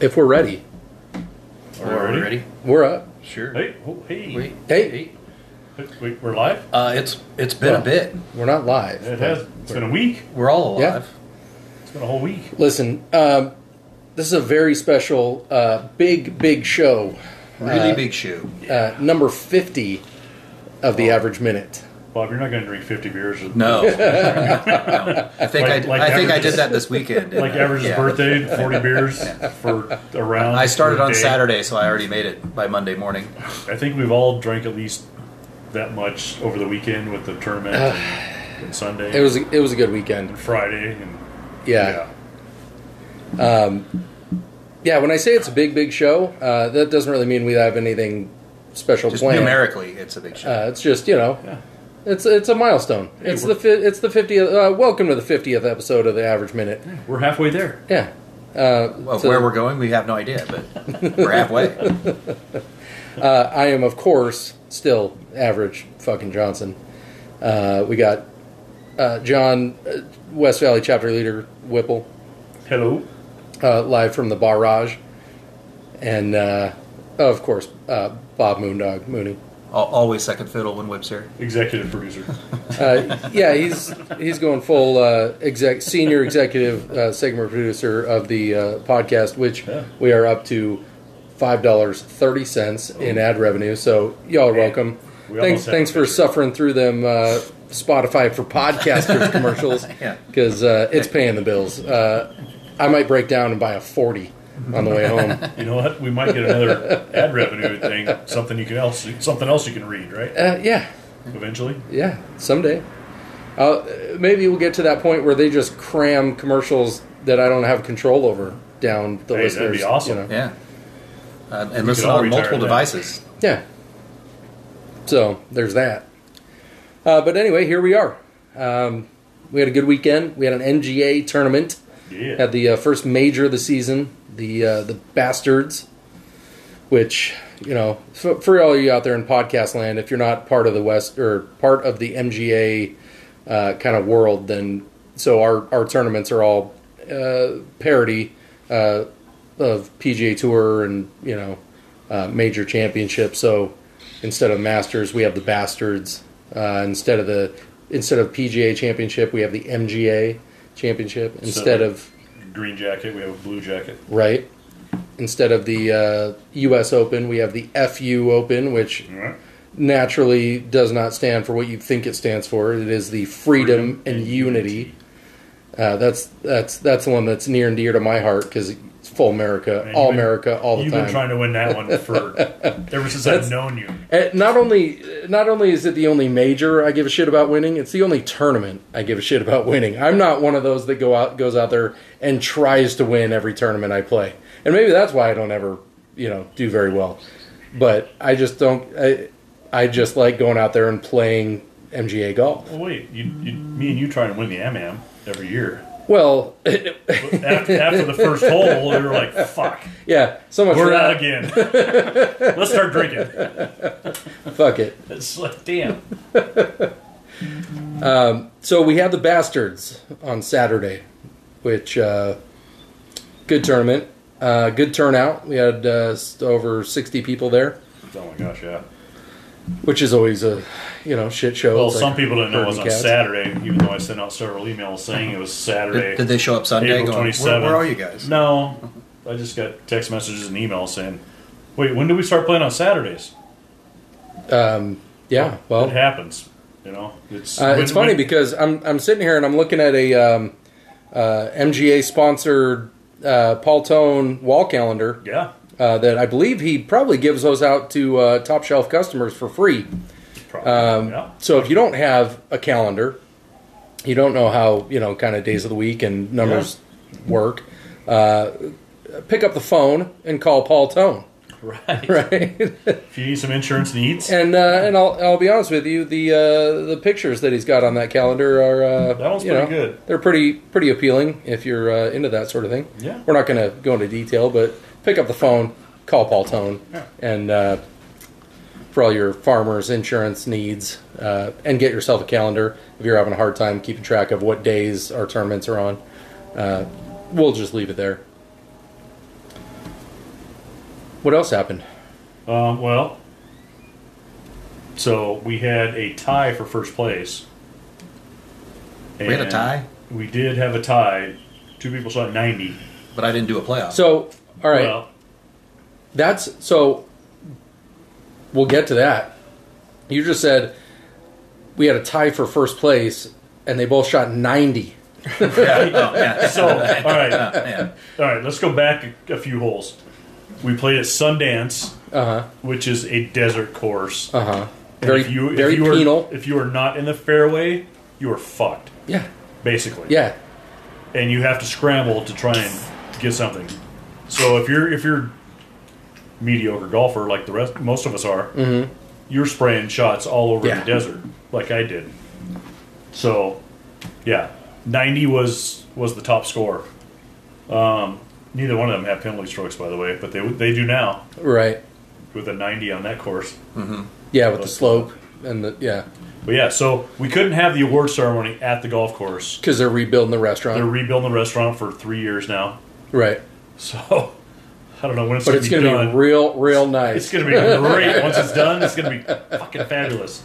if we're ready. Are we ready? We're up. Sure. Hey, oh, hey. Wait. Hey. We, we're live? Uh, it's it's been Oh. Well. a bit. We're not live. It has. It's been a week. We're all Yeah. alive. It's been a whole week. Listen, um, this is a very special, uh, big, big show. Really Uh, big shoe. Uh, number 50 of the average minute. Bob, you're not going to drink 50 beers. No. No. I think Like- I like I think I averages. did that this weekend. didn't Like I? average's Yeah. birthday, 40 beers for around. I started on day. Saturday, so I already made it by Monday morning. I think we've all drank at least that much over the weekend with the tournament and, and Sunday It was a, it was a good weekend. and Friday. And, Yeah. Yeah, when I say it's a big, big show, uh, that doesn't really mean we have anything special Just planned. numerically, it's a big shoe. Uh, it's just, you know, Yeah. it's it's a milestone. Hey, it's the we're- fi- it's the 50th uh, welcome to the 50th episode of the average minute. We're halfway there. Yeah. Uh, well, so- where we're going, we have no idea, but we're halfway. Uh, I am, of course, still average fucking Johnson. Uh, we got uh, John, uh, West Valley chapter leader Whipple, Hello. uh, live from the barrage, and uh, of course uh, Bob Moondog Mooney. Al- Always second fiddle when Whip's here. Executive producer. Uh, yeah, he's he's going full uh, exec, senior executive uh, segment producer of the uh, podcast, which Yeah. we are up to five dollars thirty cents in ad revenue. So y'all are welcome. Oh. we Thanks almost had thanks a for picture. suffering through them uh, Spotify for podcasters commercials Yeah. because uh, it's paying the bills. Uh, I might break down and buy a forty on the way home. You know what? We might get another ad revenue thing. Something you can else. Something else you can read, right? Uh, yeah. Eventually. Yeah, someday. Uh, maybe we'll get to that point where they just cram commercials that I don't have control over down the Hey, listeners. that'd be awesome. you know? Yeah. Uh, and listen all on retire multiple now. devices. Yeah. So there's that. Uh, but anyway, here we are. Um, we had a good weekend. We had an NGA tournament. Yeah. Had the uh, first major of the season, the uh, the Bastards, which you know for, for all you out there in podcast land, if you're not part of the West or part of the MGA uh, kind of world, then so our our tournaments are all uh, parody uh, of PGA Tour and you know uh, major championships. So instead of Masters, we have the Bastards. Uh, instead of the instead of PGA Championship, we have the MGA Championship. Instead of green jacket. We have a blue jacket. right, instead of the uh, U.S. Open, we have the FU Open, which All right. naturally does not stand for what you think it stands for. It is the freedom, and, unity. Uh, that's that's that's the one that's near and dear to my heart because it's full America, Man, all you've been- America, all the You've time. been trying to win that one for ever since I've known you. Uh, not only not only is it the only major I give a shit about winning, it's the only tournament I give a shit about winning. I'm not one of those that go out goes out there and tries to win every tournament I play. And maybe that's why I don't ever, you know, do very well. But I just don't I I just like going out there and playing MGA golf. Well, wait, you, you, me and you try and win the AMAM every year. Well, But after, after the first hole, we were like, "Fuck, yeah, so much for we're out that. again. Let's start drinking." Fuck it. It's like, damn. So we had the Bastards on Saturday, which uh, good tournament, uh, good turnout. We had uh, s- over sixty people there, Oh my gosh, yeah. which is always a you know shit show. Well, It's like some people didn't know it was on herding cats. Saturday, even though I sent out several emails saying it was Saturday. Did, did they show up Sunday? April Going, where, 27th. where are you guys? No, I just got text messages and emails saying, "Wait, when do we start playing on Saturdays?" Yeah, it well, happens. You know, it's uh, when- it's funny when- because I'm I'm sitting here and I'm looking at a um, uh, MGA sponsored uh, Paul Tone wall calendar. yeah, Uh, that I believe he probably gives those out to uh, top shelf customers for free. probably, Um, yeah. So if you don't have a calendar, you don't know how you know kind of days of the week and numbers work. Uh, pick up the phone and call Paul Tone, Right. right? If you need some insurance needs, and uh, and I'll, I'll be honest with you, the uh, the pictures that he's got on that calendar are uh, That one's you pretty know, good. They're pretty pretty appealing if you're uh, into that sort of thing. Yeah. we're not going to go into detail, but pick up the phone, call Paul Tone, Yeah. and uh, for all your farmers' insurance needs, uh, and get yourself a calendar if you're having a hard time keeping track of what days our tournaments are on. Uh, we'll just leave it there. What else happened? Um, well, so we had a tie for first place. We had a And tie? We did have a tie. Two people shot 90. But I didn't do a playoff. So, all right, Well, that's so. We'll get to that. You just said we had a tie for first place, and they both shot ninety. yeah, oh, yeah. so, all right. Oh, man. All right, let's go back a, a few holes. We played at Sundance, Uh huh. which is a desert course. Uh huh. And Very, if you, very if you were- penal. if you were not in the fairway, you were fucked, yeah, basically. yeah. And you have to scramble to try and get something. So if you're if you're mediocre golfer like the rest, most of us are, you're spraying shots all over Yeah. the desert, like I did. So, yeah, ninety was was the top score. Um, neither one of them have penalty strokes, by the way, but they they do now Right. with a ninety on that course. Yeah, with the slope and the yeah, But yeah, so we couldn't have the award ceremony at the golf course. because they're rebuilding the They're restaurant. rebuilding the restaurant for three years now, right. so I don't know when it's But going it's to be going to done. be real, real It's nice. going to be great. Once it's done, it's going to be fucking fabulous.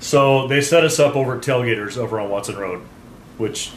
So they set us up over at Tailgaters over on Watson Road, which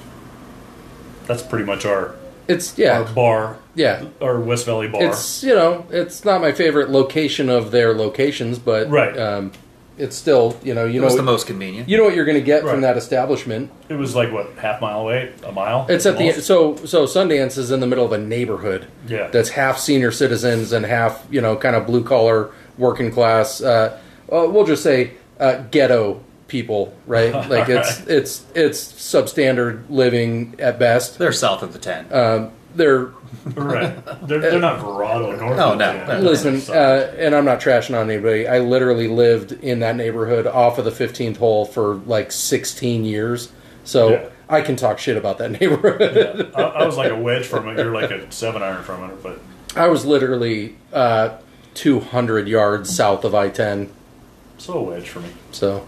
that's pretty much our, It's our yeah, bar, yeah. our West Valley bar. It's you know, it's not my favorite location of their locations, but Right. Um, it's still you know, you It know, was the most convenient. you know what you're going to get from Right. that establishment. it was like, what, half mile away? A mile? It's at the Almost? so so Sundance is in the middle of a neighborhood. Yeah. that's half senior citizens and half you know kind of blue collar working class. Uh, well, we'll just say uh, ghetto people, right? Like it's it's it's substandard living at best. They're south of the 10. They're Right. They're, they're not Verado North. No, of no, that. no, no. Oh, Listen, uh, and I'm not trashing on anybody. I literally lived in that neighborhood off of the 15th hole for like 16 years, so Yeah. I can talk shit about that neighborhood. I, I was like a wedge from it. You're like a seven iron from it, but I was literally uh, 200 yards south of I-10. so a wedge for me. So,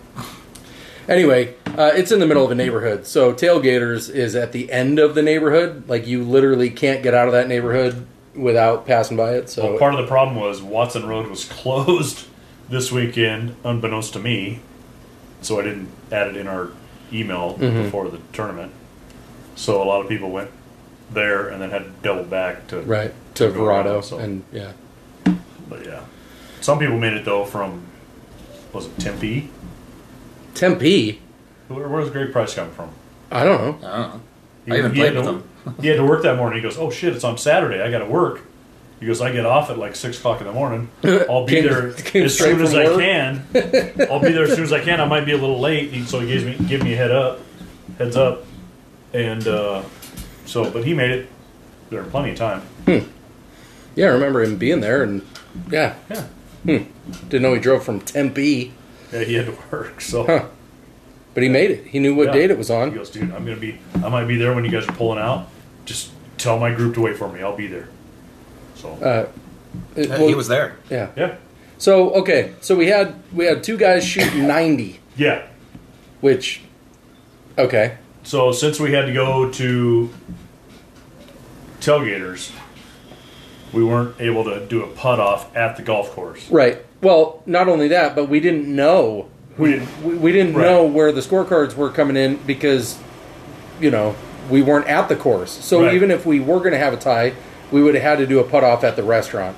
anyway, uh, it's in the middle of a neighborhood. So tailgaters is at the end of the neighborhood. Like you literally can't get out of that neighborhood without passing by it. So Well, part of the problem was Watson Road was closed this weekend, unbeknownst to me, so I didn't add it in our email Mm-hmm. before the tournament. So a lot of people went there and then had to double back to right to Go around, Verado, so. and yeah, But yeah, some people made it though from was it Tempe? Tempe. Where, where's Greg Price come from? I don't know. I don't know. I even played had with to- them. he had to work that morning. He goes, "Oh shit, it's on Saturday. I got to work." He goes, "I get off at like six o'clock in the morning. I'll be Came- there came as straight soon as from I work? can. I'll be there as soon as I can. I might be a little late." He- So he gives me give me a head up, heads up, and uh, so but he made it there in plenty of time. Yeah, I remember him being there, and yeah, Yeah, didn't know he drove from Tempe, yeah he had to work. So Huh. but he made it. He knew what Yeah. date it was he on. goes, "Dude, I'm gonna be. I might be there when you guys are pulling out. Just tell my group to wait for me. I'll be there." So It- Uh, well, he was there. yeah. yeah, So okay, so we had we had two guys shoot ninety, yeah. which okay, So since we had to go to tailgaters, we weren't able to do a putt off at the golf course. Right. Well, not only that, but we didn't know We didn't. we, we didn't Right. know where the scorecards were coming in because you know we weren't at the course. So Right. even if we were going to have a tie, we would have had to do a putt off at the restaurant.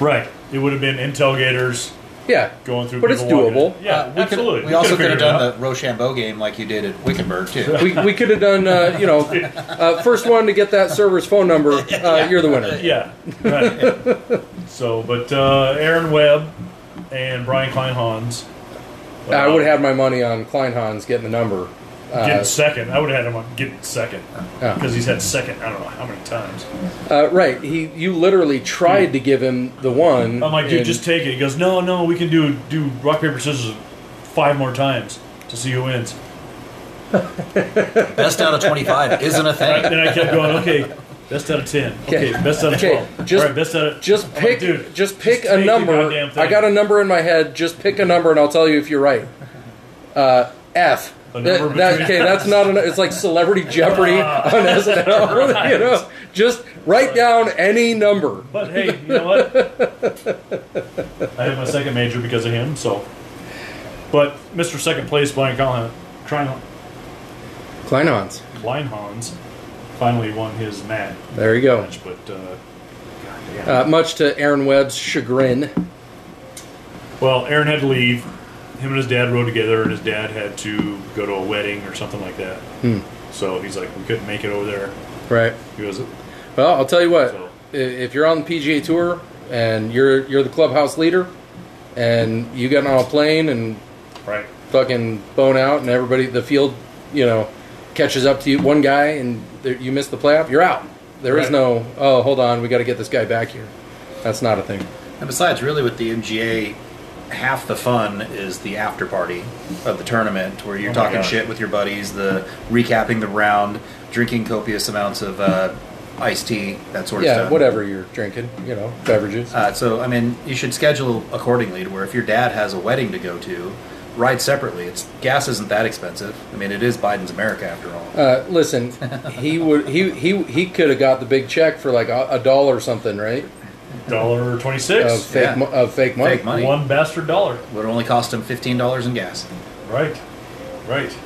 Right. It would have been in tailgaters Yeah, going through. but it's people walking in. doable. Yeah, Uh, we could- absolutely. we also could could've have figured it done out. the Rochambeau game like you did at Wickenburg, too. We, we could have done uh, you know uh, first one to get that server's phone number. Uh, You're the winner. Yeah. Right. so, but uh, Aaron Webb and Brian Klein Hans. I would have had my money on Klein Hans getting the number. getting Uh, second. I would have had him on getting second Yeah. because he's had second. I don't know how many times. uh, right, he you literally tried to give him the one. Hmm. I'm like, dude, and- just take it. He goes, no, no, we can do do rock paper scissors five more times to see who wins. Best out of 25 isn't a And I- thing. then I kept going, okay, best out of ten, okay, Okay. best out of Okay, twelve, just- all right, best out of Just I'm like, pick, dude, just pick just take a the number. goddamn thing. I got a number in my head. Just pick a number, and I'll tell you if you're right. Uh, F. A number That- that- between- okay, Ah. that's not. An, it's like Celebrity Jeopardy on SNL. you know, Just write down any number. But hey, you know what? I have my second major because of him, so. But Mr. Second Place, Brian Collin, Klein, Kleinhans. Kleinhans, finally won his match, There you go. match but uh, Uh, goddamn. much to Aaron Webb's chagrin. Well, Aaron had to leave. Him and his dad rode together, and his dad had to go to a wedding or something like that. Hmm. So he's like, we couldn't make it over there. Right. He goes, Well, I'll tell you what. So- i- If you're on the PGA Tour and you're you're the clubhouse leader, and you get on a plane and right. fucking bone out, and everybody the field, you know, catches up to you, one guy, and there, you miss the playoff, you're out. There is Right. no. Oh, hold on, we got to get this guy back here. That's not a thing. And besides, really, with the MGA, half the fun is the after party of the tournament, where you're Oh my talking God. shit with your buddies, the recapping the round, drinking copious amounts of uh, iced tea, that sort of Yeah, stuff. whatever you're drinking, you know, beverages. Uh, so, I mean, you should schedule accordingly to where if your dad has a wedding to go to, ride separately. It's gas isn't that expensive. I mean, it is Biden's America after all. Uh, listen, he would he he he could have got the big check for like a, a dollar or something, right? Dollar Of twenty-six. fake Yeah. mo- of fake money. Fake money. One bastard dollar. Would only cost him fifteen dollars in gas. Right. Right.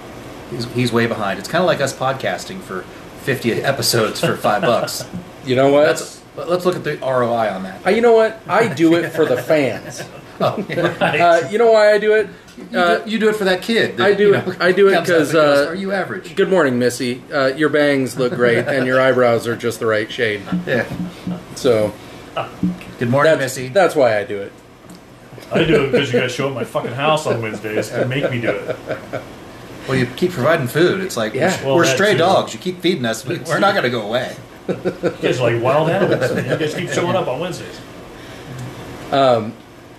He's, he's way behind. It's kind of like us podcasting for fifty episodes for five bucks. You know what? That's let- let's look at the ROI on that. Uh, you know what? I do it for the fans. Oh, yeah. Uh, you know why I do it? you, Uh, do, you do it for that kid. that, I do you it- I do it comes up 'cause, and goes, uh, are you average? Good morning, Missy. Uh, your bangs look great, and your eyebrows are just the right shade. Yeah. So Good morning, that's Missy. that's why I do it. I do it because you guys show up at my fucking house on Wednesdays and make me do it. well, you keep providing food. It's like Yeah. we're, Well, we're that stray too. dogs. You keep feeding us. We, we're not going to go away. You guys are like wild animals. You guys keep showing up on Wednesdays.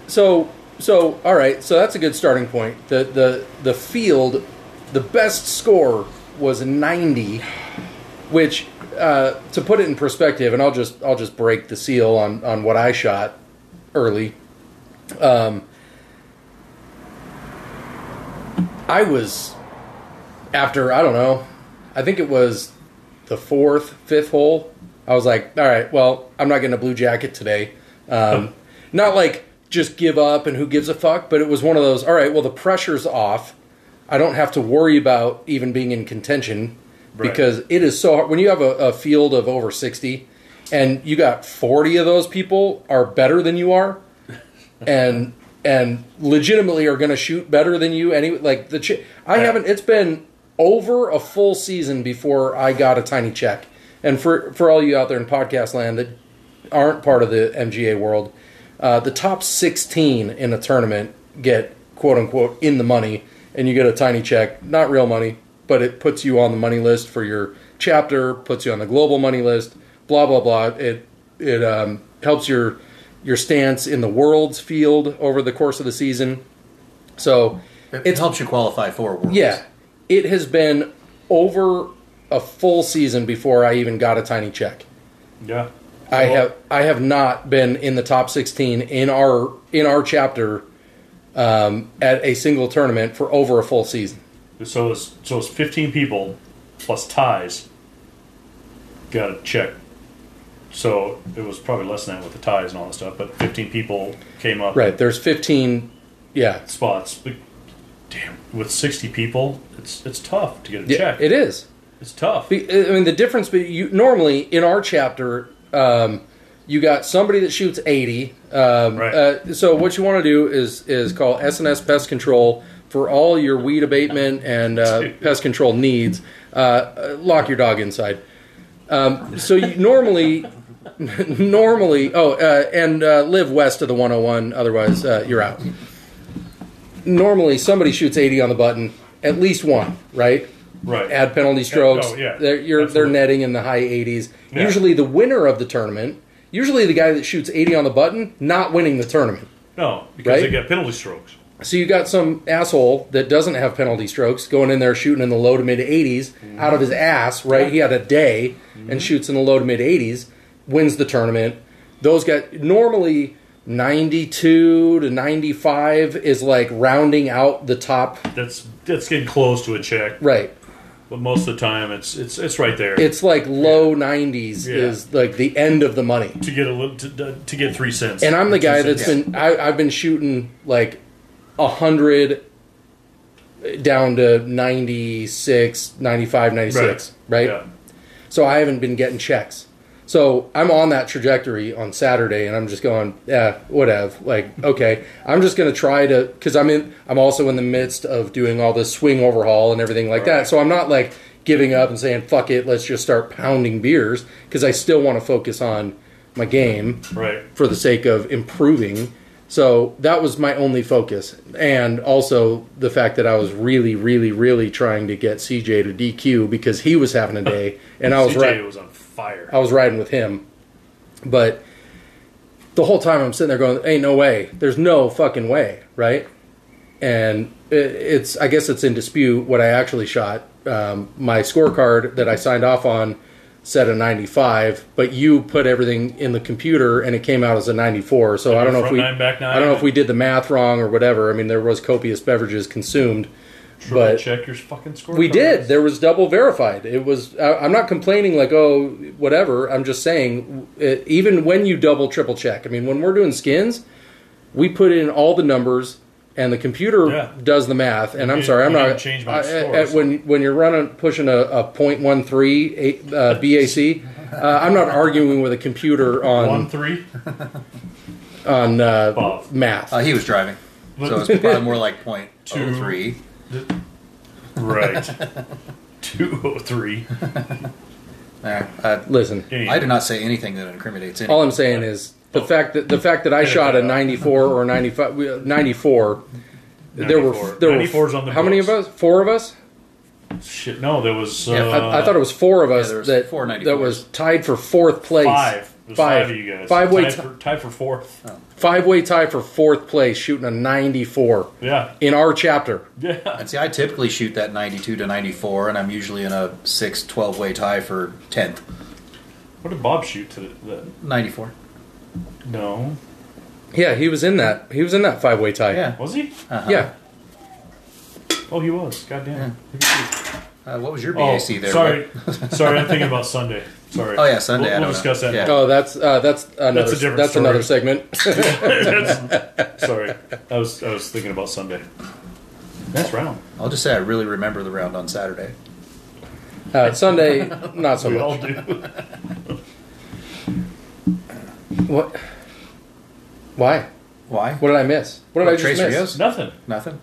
So so all right. So that's a good starting point. The the the field, the best score was ninety, which uh, to put it in perspective, and I'll just I'll just break the seal on on what I shot early. Um, I was after I don't know. I think it was the fourth, fifth hole. I was like, all right, well, I'm not getting a blue jacket today. Um, not like just give up and who gives a fuck, but it was one of those. All right, well, the pressure's off. I don't have to worry about even being in contention Right. because it is so hard when you have a, a field of over sixty, and you got forty of those people are better than you are and and legitimately are going to shoot better than you. Any like the ch- I Yeah. haven't. It's been over a full season before I got a tiny check. And for for all you out there in podcast land that aren't part of the MGA world, uh, the top sixteen in a tournament get quote unquote in the money, and you get a tiny check, not real money, but it puts you on the money list for your chapter, puts you on the global money list, blah blah blah. It it um, helps your your stance in the world's field over the course of the season. So It, it helps you qualify for worlds. yeah, it has been over a full season before I even got a tiny check. Yeah. I Well, have I have not been in the top 16 in our in our chapter um, at a single tournament for over a full season. So it's so it's fifteen people plus ties. Got a check. So it was probably less than that with the ties and all that stuff, but fifteen people came up Right, there's 15 yeah. spots. But damn, with sixty people, it's it's tough to get a Yeah, check. it is. it's tough. Be- I mean, the difference. Be- you normally in our chapter, um, you got somebody that shoots eighty. Um, Right. uh, so what you want to do is is call SNS Pest Control for all your weed abatement and uh, Dude. pest control needs. Uh, Uh, lock your dog inside. Um, so you normally. Normally, oh, uh, and uh, live west of the 101, otherwise uh, you're out normally somebody shoots 80 on the button, at least one, right? Right. Add penalty strokes. Oh, yeah. They're, you're, they're Absolutely. netting in the high 80s. Yeah. Usually the winner of the tournament, usually the guy that shoots 80 on the button, not winning the tournament. No, Right? because they got penalty strokes. So you got some asshole that doesn't have penalty strokes going in there shooting in the low to mid 80s out of his Mm-hmm. ass, right? He had a day and shoots in the low to mid 80s, wins the tournament. Those guys normally 92 to 95 is like rounding out the top That's that's getting close to a check. Right. but most of the time it's it's it's right there It's like low 90s Yeah. is like the end of the money. to get a little to, to get three cents. And I'm the Two guy cents. that's been I, I've been shooting like a hundred eh, down to 96, 95, 96, right? Yeah. So I haven't been getting checks. So I'm on that trajectory on Saturday, and I'm just going, yeah, whatever. Like, okay, I'm just gonna try to because I'm in. I'm also in the midst of doing all this swing overhaul and everything like that. Right. So I'm not like giving up and saying fuck it, let's just start pounding beers because I still want to focus on my game Right. for the sake of improving. So that was my only focus. And also the fact that I was really, really, really trying to get CJ to DQ because he was having a day and I was CJ right was on fire. I was riding with him. But the whole time I'm sitting there going, Ain't no way. There's no fucking way, right? And it, it's I guess it's in dispute what I actually shot. Um, my scorecard that I signed off on said a 95, but you put everything in the computer and it came out as a 94. So I don't know if front we nine, back nine, I don't know if and- we did the math wrong or whatever. I mean, there was copious beverages consumed, Triple but check your fucking score. we did. cards. There was double verified. It was. I, I'm not complaining. Like oh, whatever. I'm just saying. It, even when you double triple check, I mean, when we're doing skins, we put in all the numbers, and the computer Yeah. does the math. And I'm You- sorry, I'm you not. didn't change my I- I- score, I- so- when when you're running pushing a, a 0.13 a- uh, BAC, uh, I'm not arguing with a computer one on three. on uh, Bob. math. Uh, he was driving, so it's probably more like point two Two. three. Oh. Right. Two oh three. There, uh, Listen, Game. I did not say anything that incriminates anyone. All I'm saying is the fact that the fact that I shot a 94 or a 95, we- uh, 94. There were 94. there were 94 is on the how many of us? books. Four of us? Shit. No, there was. Uh, Yeah, I, I thought it was four of us there was that four 94s. that was tied for fourth place. five. There's five. of you guys. Five way Oh. tied for, tied for fourth. five way tie for fourth place, shooting a 94 Yeah. in our chapter. Yeah. And see, I typically shoot that 92 to 94, and I'm usually in a 6 12 way tie for 10th. What did Bob shoot to the? 94. No. Yeah, he was in that. He was in that five way tie. Yeah. Was he? Uh-huh. yeah. Oh, he was. Goddamn. Uh, what was your Oh, BAC there? sorry. sorry, I'm thinking about Sunday. Sorry. Oh, yeah, Sunday, We'll, I we'll don't discuss know. that. Yeah. Oh, that's uh, that's another That's a different that's story. another segment. That's- sorry, I was I was thinking about Sunday. That's round. I'll just say I really remember the round on Saturday. Uh, Sunday, not so We much. all do. What? Why? Why? What did I miss? What did What, I just Trace miss? Rios? Nothing. Nothing.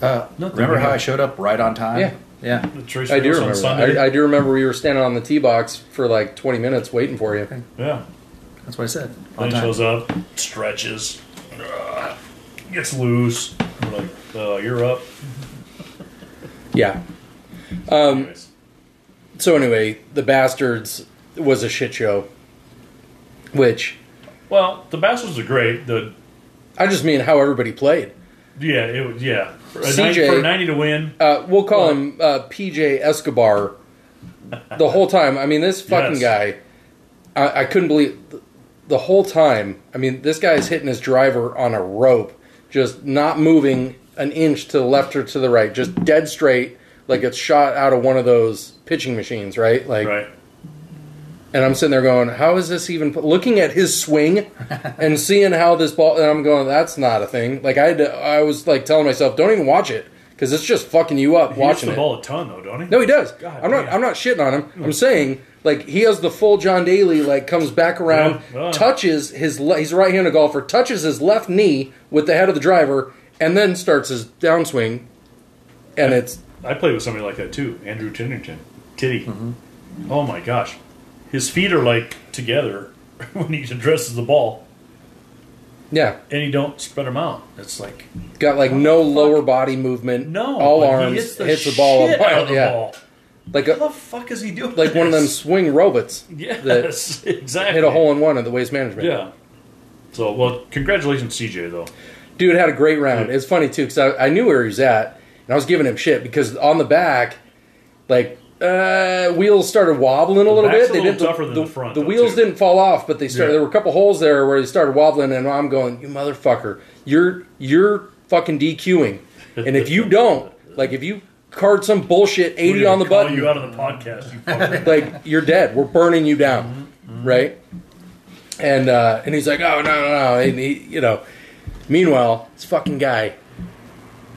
Uh, Nothing. Remember how I showed up right on time? Yeah. Yeah. The Trace I do Rios on remember. Sunday. that. I, I do remember we were standing on the tee box for like 20 minutes waiting for you. yeah. That's what I said. On Then he time. shows up, stretches, ah, gets loose. We're like, uh, you're up. Yeah. Um, Anyways, So anyway, the bastards was a shit show. Which well, the Bastards are great. The I just mean how everybody played. yeah, it was yeah. For a, CJ 90, for a 90 to win, Uh, we'll call him uh, PJ Escobar. The whole time, I mean, this fucking Yes. guy, I, I couldn't believe the whole time. I mean, this guy's hitting his driver on a rope, just not moving an inch to the left or to the right, just dead straight, like it's shot out of one of those pitching machines, right? Like, right? and I'm sitting there going, "How is this even?" Looking at his swing and seeing how this ball, and I'm going, "That's not a thing." Like I, had to, I was like telling myself, "Don't even watch it." Because it's just fucking you up He hits watching the it. ball a ton though, don't he? No, he does. God I'm not. damn. Mm. I'm not shitting on him. I'm saying like he has the full John Daly. Like comes back around, Yeah, yeah. touches his. Le- he's a right-handed golfer. Touches his left knee with the head of the driver, and then starts his downswing. And it's I played with somebody like that too, Andrew Tennington, Titty. Mm-hmm. Oh my gosh, his feet are like together when he addresses the ball, yeah, and he don't spread them out. It's like got like no lower body movement. no, all but he arms hits the, ball shit wild- out of the yeah, ball. like What a, the fuck is he doing? like one of them this? swing robots that Yes, exactly. hit a hole in one at the waste management. Yeah. So well, congratulations, CJ though. dude had a great round. It's funny too because I, I knew where he was at, and I was giving him shit because on the back, like uh, wheels started wobbling a little back's bit. a they little didn't tougher than the front, though, wheels too. didn't fall off, but they started. Yeah. There were a couple holes there where they started wobbling, and I'm going, "You motherfucker, you're you're fucking DQing, and if you don't, like if you card some bullshit We're 80 gonna on the call button. you out of the podcast. You fucker. like you're dead. We're burning you down, right? And uh, and he's like, oh no no no, and he, you know. Meanwhile, this fucking guy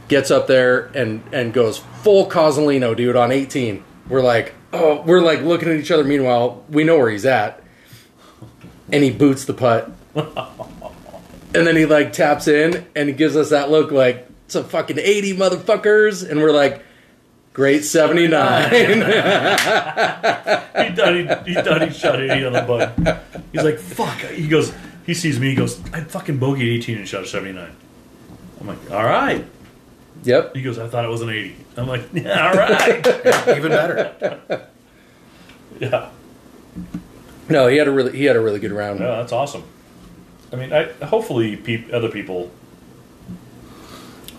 gets up there and and goes full Cosolino, dude, on 18. We're like, oh, we're like looking at each other. Meanwhile, we know where he's at, and he boots the putt, and then he like taps in and he gives us that look like it's a fucking 80 motherfuckers, and we're like, great 79. he thought he, he thought he shot 80 on the button. He's like, fuck. He goes, he sees me. He goes, I fucking bogeyed 18 and shot a 79. I'm like, all right. yep. He goes, I thought it was an 80. I'm like, yeah, all right. Even better. yeah. No, he had a really he had a really good round. Yeah, that's awesome. I mean, I hopefully peop, other people.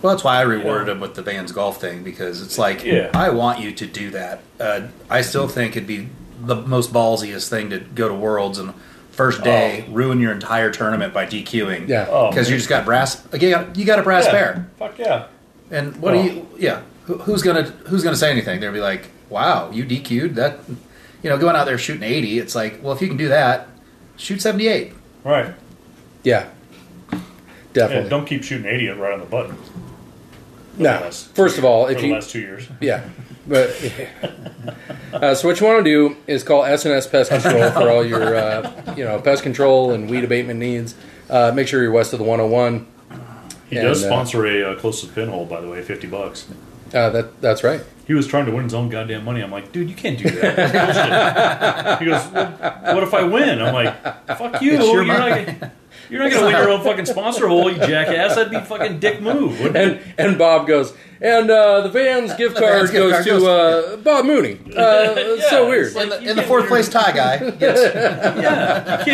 Well, that's why I rewarded him with the band's golf thing because it's like Yeah. I want you to do that. Uh, I still think it'd be the most ballsiest thing to go to Worlds and first day ruin your entire tournament by DQing. Oh. Yeah. Oh, because you just got brass. Again, you got a brass yeah, pair. Fuck yeah. And what Oh. do you? Yeah, who, who's gonna who's gonna say anything? They'll be like, "Wow, you DQ'd that." You know, going out there shooting eighty, it's like, well, if you can do that, shoot seventy eight. Right. Yeah, Yeah, definitely. don't keep shooting 80 right on the button. no, last- first of all, if for the you last two years. yeah, but yeah. Uh, so what you want to do is call SNS Pest Control for all your uh, you know pest control and weed abatement needs. Uh, make sure you're west of the 101. He And, does uh, sponsor a uh, closest pinhole, by the way, 50 bucks. Uh, that that's right. He was trying to win his own goddamn money. I'm like, dude, you can't do that. That's bullshit. he goes, well, what if I win? I'm like, fuck you. your You're not, gonna- you're not going to win your own fucking sponsor hole, you jackass. That'd be fucking dick move. wouldn't it? And and Bob goes, and uh, the Vans gift The card Vans gift goes card to goes- uh, Bob Mooney. Uh, it's so Yeah, weird. it's like- In the, you in the can't fourth win place tie guy, yes. yeah, you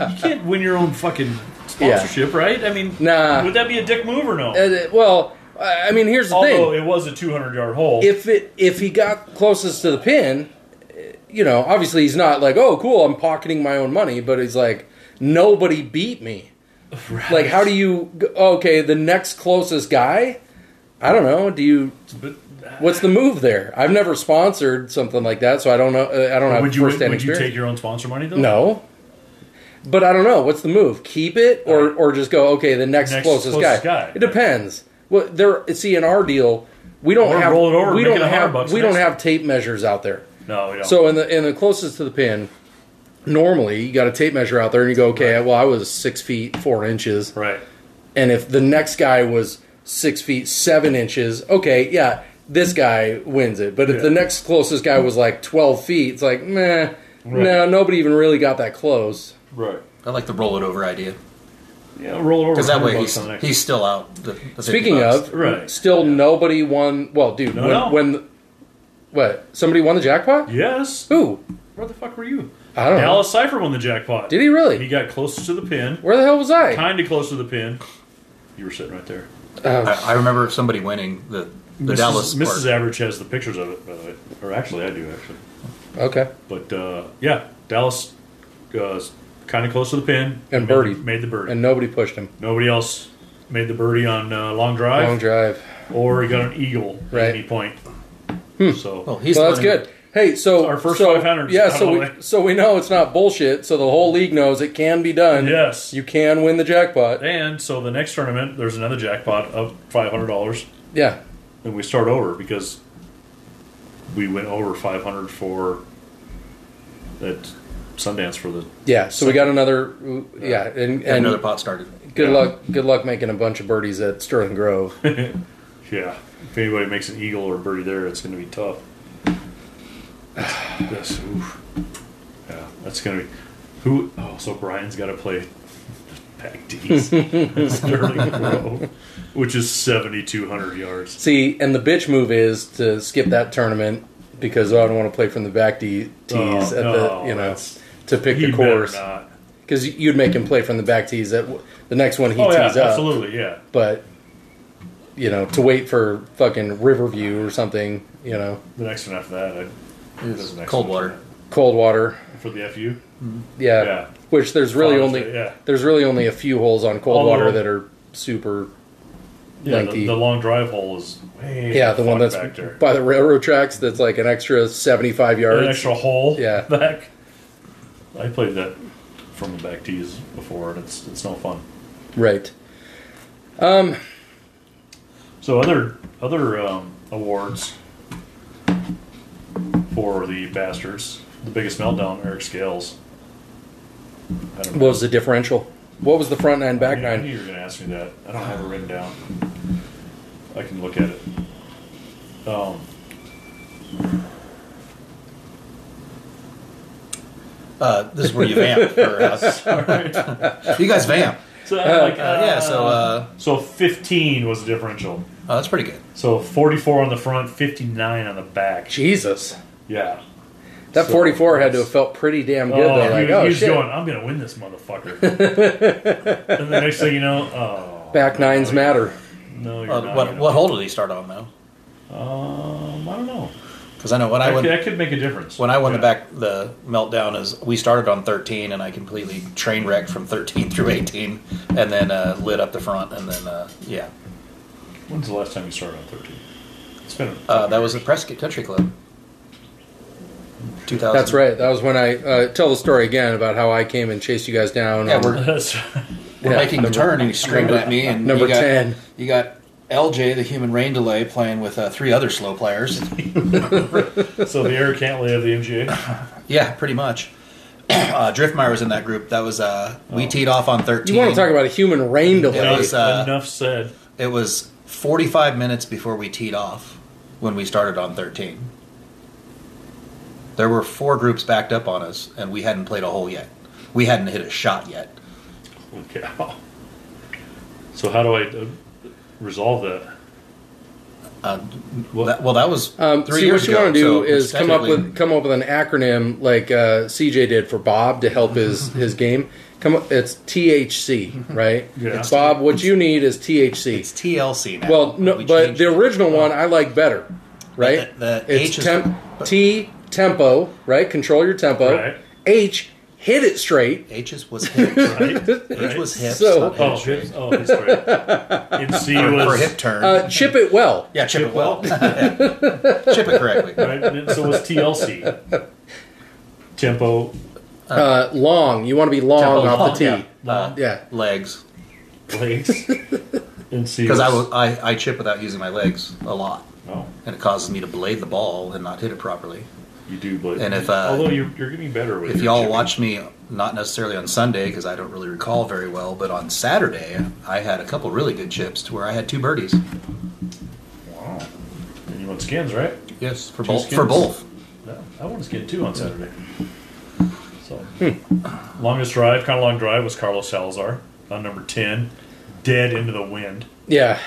can't, you can't win your own fucking sponsorship, right? I mean, Nah. would that be a dick move or no? And, uh, well, I I mean, here's the thing. Although it was a 200 yard hole. if it if he got closest to the pin, eh, you know, obviously he's not like, oh, cool, I'm pocketing my own money, but he's like, nobody beat me. Right. Like, how do you? go- Okay, the next closest guy. I don't know. Do you? But, What's the move there? I've never sponsored something like that, so I don't know. uh, I don't have would you would first hand you experience. take your own sponsor money though? no. But I don't know. What's the move? Keep it or Right. or just go? Okay, the next, Uh, Next closest, closest guy. guy. It depends. Well, there. See, in our deal, we don't Or have roll it over and we make don't it a hundred have bucks we don't next have tape measures out there. no, we don't. So in the in the closest to the pin, normally you got a tape measure out there and you go, okay, well I was six feet four inches, right, and if the next guy was six feet seven inches, okay, yeah, this guy wins it. But if Yeah. the next closest guy was like twelve feet, it's like, meh, no, nobody even really got that close. right. I like the roll it over idea Yeah, roll it over. because that 100 way bucks he's on the next he's still out. The, the 50 Speaking bucks. of, Right. still nobody won. Well, dude, No, when, no. when the- what somebody won the jackpot? Yes. Who? Where the fuck were you? I don't know. Dallas Cipher won the jackpot. Did he really? He got closest to the pin, Where the hell was I? kind of close to the pin. You were sitting right there. um, I, I remember somebody winning the the Mrs. Dallas Mrs. part. Average has the pictures of it, by the way. Or actually, I do actually. Okay. But uh, yeah, Dallas uh, kind of close to the pin And made the- birdied. made the birdie. And nobody pushed him. Nobody else made the birdie on uh, long, drive, Long drive. or he got an eagle Right. Hmm. at any point. So Well, he's well, that's winning. good. Hey, so our first so, 500 Yeah, out so of the we, way. so we know it's not bullshit. So the whole league knows it can be done. Yes. you can win the jackpot. and so the next tournament, there's another jackpot of five hundred dollars, Yeah, and we start over because we went over five hundred for that Sundance for the yeah. So we got another. Yeah, and, Yeah, and another pot started. good yeah. luck. Good luck making a bunch of birdies at Sterling Grove. yeah. If anybody makes an eagle or a birdie there, it's going to be tough. Yes, oof. yeah, that's going to be who. Oh, so Brian's got to play back D's at Sterling Grove, which is seventy two hundred yards. See, and the bitch move is to skip that tournament because oh, I don't want to play from the back tee- tees Oh, at no, the you know that's- to pick He the better course not. because you'd make him play from the back tees at w- the next one he Oh tees yeah, up. absolutely, yeah. But you know, to wait for fucking Riverview or something, you know, The next one after that, I, there's the next cold one after water. cold water. that. for the FU. Yeah. Yeah. Which there's really Farmers, only yeah. there's really only a few holes on cold Although- water that are super Yeah, the, lengthy. the long drive hole is way yeah, the one fuck that's back there. by the railroad tracks. That's like an extra seventy-five an yards. extra hole. Yeah. back. I played that from the back tees before, and it's it's no fun. Right. So other other um, awards for the bastards. The biggest meltdown, Eric Scales. I don't What was the differential? What was the front nine, back Yeah, I nine? knew you were going to ask me that. I don't have it written down. I can look at it. Um, Uh, this is where you vamp for us. you guys vamp. so I'm like, Uh, yeah, so uh, uh, so 15 was the differential. oh, that's pretty good. So 44 on the front, 59 on the back. Jesus, Yeah. that So forty-four had to close. have felt pretty damn Oh, good. though. Like, he, oh he was shit, going, I'm going to win this motherfucker. and the next thing you know, oh. back nines matter. No, you're Uh, not. what gonna- what hole did he start on though? Um, I don't know. Because I know when I, I went could, that could make a difference. when I won Yeah. the back the meltdown is we started on 13 and I completely train wrecked from 13 through 18 and then uh, lit up the front and then uh, yeah When's the last time you started on 13? It's been. uh, that was at Prescott Country Club. 2000. That's right. That was when I uh, tell the story again about how I came and chased you guys down. Yeah, on- we're That's- We're Yeah, making number- the turn, and he screamed number- at me. And number you got, 10. You got LJ, the human rain delay, playing with uh, three other slow players. so the Eric Cantley of the MGA. yeah, pretty much. uh, Driftmeyer was in that group. That was uh, we teed off on Oh. thirteen. you want to talk about a human rain delay? was, uh, Enough said. It was forty-five minutes before we teed off when we started on thirteen. There were four groups backed up on us, and we hadn't played a hole yet. We hadn't hit a shot yet. Holy cow. So how do I uh, resolve that? Uh, that, well, that was Um, three see, years what you ago. want to do so is come up technically- with come up with an acronym like uh, CJ did for Bob to help his his game. Come up, it's THC, right? Yeah. It's Bob. What you need is THC. It's TLC now. well, no, We but changed the it. Oh. original one I like better, right? the- the it's H is- temp, T tempo, right? Control your tempo. Right. H hit it straight. H's was hips. Right? H Right? was hips. So- not Oh, hips, right? hips. Oh, hips, right. And C Or, or was. hip turn. Uh, chip it well. yeah, chip, chip it well. chip it correctly. Right? And then- so was TLC. Tempo. Uh, long. You want to be long Tempo off long, the T. yeah. Uh, Yeah. Legs. Legs. And C Because was. I, will- I, I chip without using my legs a lot. Oh, And it causes me to blade the ball and not hit it properly. you do, Blake. And if, uh, Although you're, you're getting better with If your y'all chicken. watch me, not necessarily on Sunday, because I don't really recall very well, but on Saturday, I had a couple really good chips to where I had two birdies. And you want skins, right? Yes, for Two both. For skins? both. No, I want a skin too on Saturday. So, Hmm. longest drive, kind of long drive, was Carlos Salazar on number 10, dead into the wind. Yeah.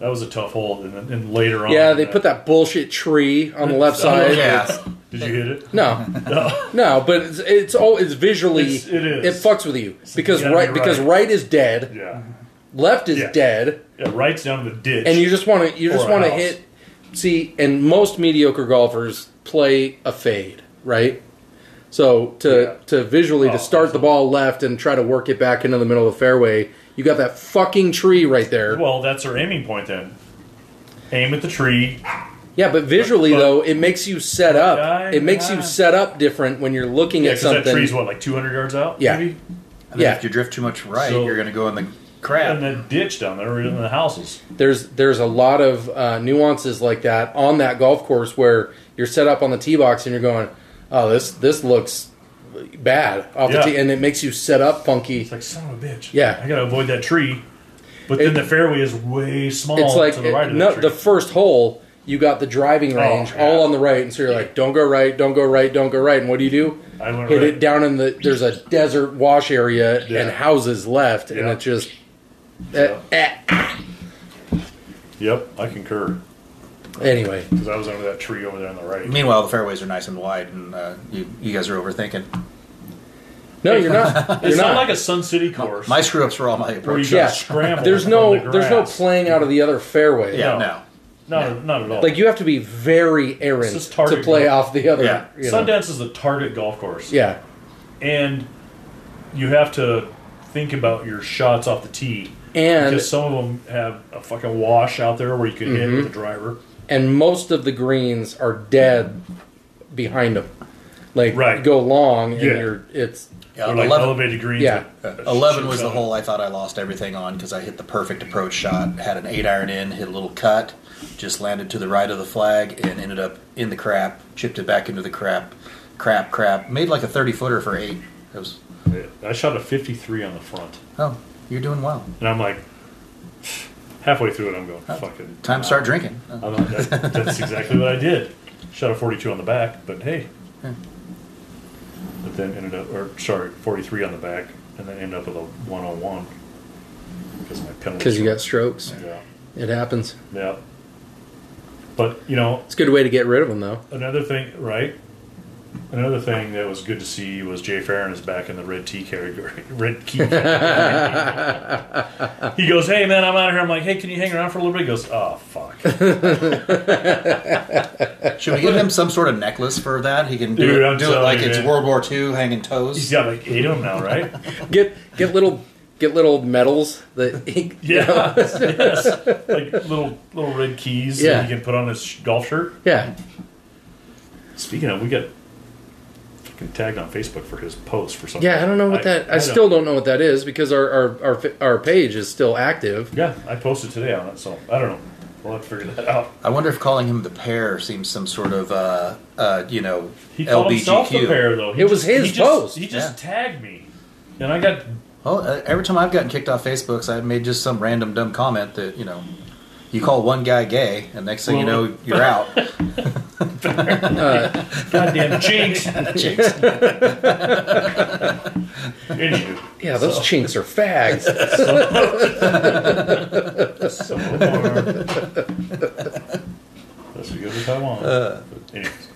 That was a tough hole. And, then- and later on. Yeah, they uh, put that bullshit tree on the left side. Yeah. Did you hit it? No, Oh, No. no, but it's it's all it's visually It's- it is. it fucks with you because gotta be right because right. right is dead, Yeah. left is Yeah. dead, Yeah, right down the ditch. and you just want to you just Or a want to house. hit. See, and most mediocre golfers play a fade, right? So to Yeah. to visually Oh, to start the ball left and try to work it back into the middle of the fairway, you got that fucking tree right there. Well, that's our aiming point then. Aim at the tree. Yeah, but visually But- though, it makes you set up. Yeah, it makes you yeah. set up different when you're looking Yeah, at because that something. tree's what, like 200 yards out? Yeah. Maybe? And then Yeah. if you drift too much right, So- you're going to go in the crap. And that ditch down there in the houses. there's there's a lot of uh, nuances like that on that golf course where you're set up on the tee box and you're going, oh this this looks bad off Yeah. the tee, and it makes you set up funky. It's like, son of a bitch. Yeah. I got to avoid that tree. But then It- the fairway is way small It's like to the right of no, that the tree. Oh, first hole you got the driving range yeah. all on the right, and so you're like, don't go right, don't go right, don't go right, and what do you do? I went Hit right. it down in the there's a desert wash area Yeah. and houses left, and Yeah. it just. eh, eh. Yep, I concur. Anyway, Because I was under that tree over there on the right. Meanwhile, the fairways are nice and wide, and uh, you, you guys are overthinking. no, you're not. You're It's not, not like a Sun City course My screw ups were all my where you approach. gotta Yeah. scramble. there's from no the there's no grass. playing out of the other fairway. Yeah, No. no. Not, not at all. Like you have to be very errant It's just target to play golf. off the other. Yeah. you know. Sundance is the target golf course, Yeah, and you have to think about your shots off the tee And because some of them have a fucking wash out there where you can Mm-hmm. hit with the driver. and most of the greens are dead behind them. Like Right. go long and Yeah. you're it's Yeah, They're like 11 elevated greens. Yeah. with a Eleven shit was the ton of- hole I thought I lost everything on because I hit the perfect approach shot, had an eight iron in, hit a little cut, just landed to the right of the flag, and ended up in the crap. Chipped it back into the crap, crap, crap. Made like a thirty footer for eight. It was I shot a 53 on the front, oh, you're doing well. and I'm like halfway through it, I'm going fucking Time to start drinking. Uh, I'm not, that, that's exactly what I did. Shot a 42 on the back, but hey. But then ended up, or sorry, 43 on the back, and then ended up with a 101 because my penalty. because you got strokes. Yeah, It happens. yeah. But you know, It's a good way to get rid of them though. Another thing, right? Another thing that was good to see was Jay Farron is back in the red tea category. Red key. category. he goes, "Hey man, I'm out of here." I'm like, "Hey, can you hang around for a little bit?" He goes, "Oh fuck, Should we give him some sort of necklace for that? He can do Dude, it, I'm do it telling like you, it's man. World War II, hanging he's toes. got like eight of them now, right?" Get get little get little medals that he, Yeah, yes, like little little red keys Yeah. that he can put on his sh- golf shirt. yeah. Speaking of, we got fucking tagged on Facebook for his post for something. Yeah, I don't know what that. I, still don't know what that is because our our our, fi- our page is still active. Yeah, I posted today on it, so I don't know. We'll have to figure that out. I wonder if calling him the pair seems some sort of uh, uh, you know He called himself the LBGQ. pair, though. He It was his he just, post. He just tagged me, and I got Well, uh, every time I've gotten kicked off Facebook, I made just some random dumb comment that you know, you call one guy gay, and next thing you Well- know, you're out. goddamn jinx. Jinx. Anywho, Yeah, those chinks are fags. so that's as good as I want. Uh, But anyways,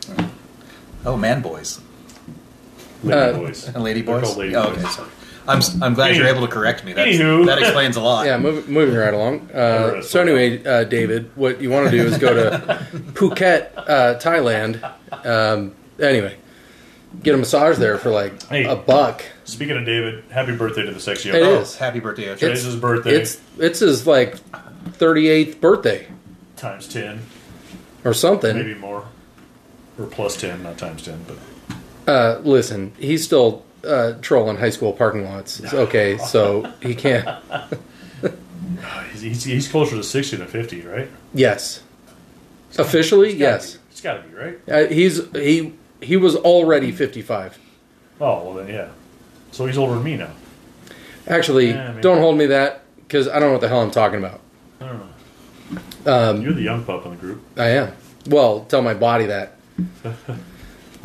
oh, man, boys lady uh, boys. and lady They're boys. called lady oh, okay, boys. sorry. I'm I'm glad you're Anywho. able to correct me. That's, Anywho. that explains a lot. yeah, move, moving right along. Uh, so anyway, uh, David, what you want to do is go to Phuket, uh, Thailand. Um, anyway, get a massage there for like Hey. a buck. Speaking of David, happy birthday to the sexy. It Oh, is. happy birthday, Ocho. Today's his birthday. It's it's his like thirty eighth birthday times ten, or something. maybe more, or plus ten, not times ten, but Uh, listen, he's still uh, trolling high school parking lots. It's okay, so he can't. uh, he's, he's, he's closer to sixty than fifty, right? Yes, officially, Gotta yes. be. it's got to be right. Uh, he's he he was already 55. Oh well, then yeah. So he's older than me now. Actually, Yeah, maybe. don't hold me that because I don't know what the hell I'm talking about. I don't know. Um, You're the young pup in the group. I am. Well, tell my body that.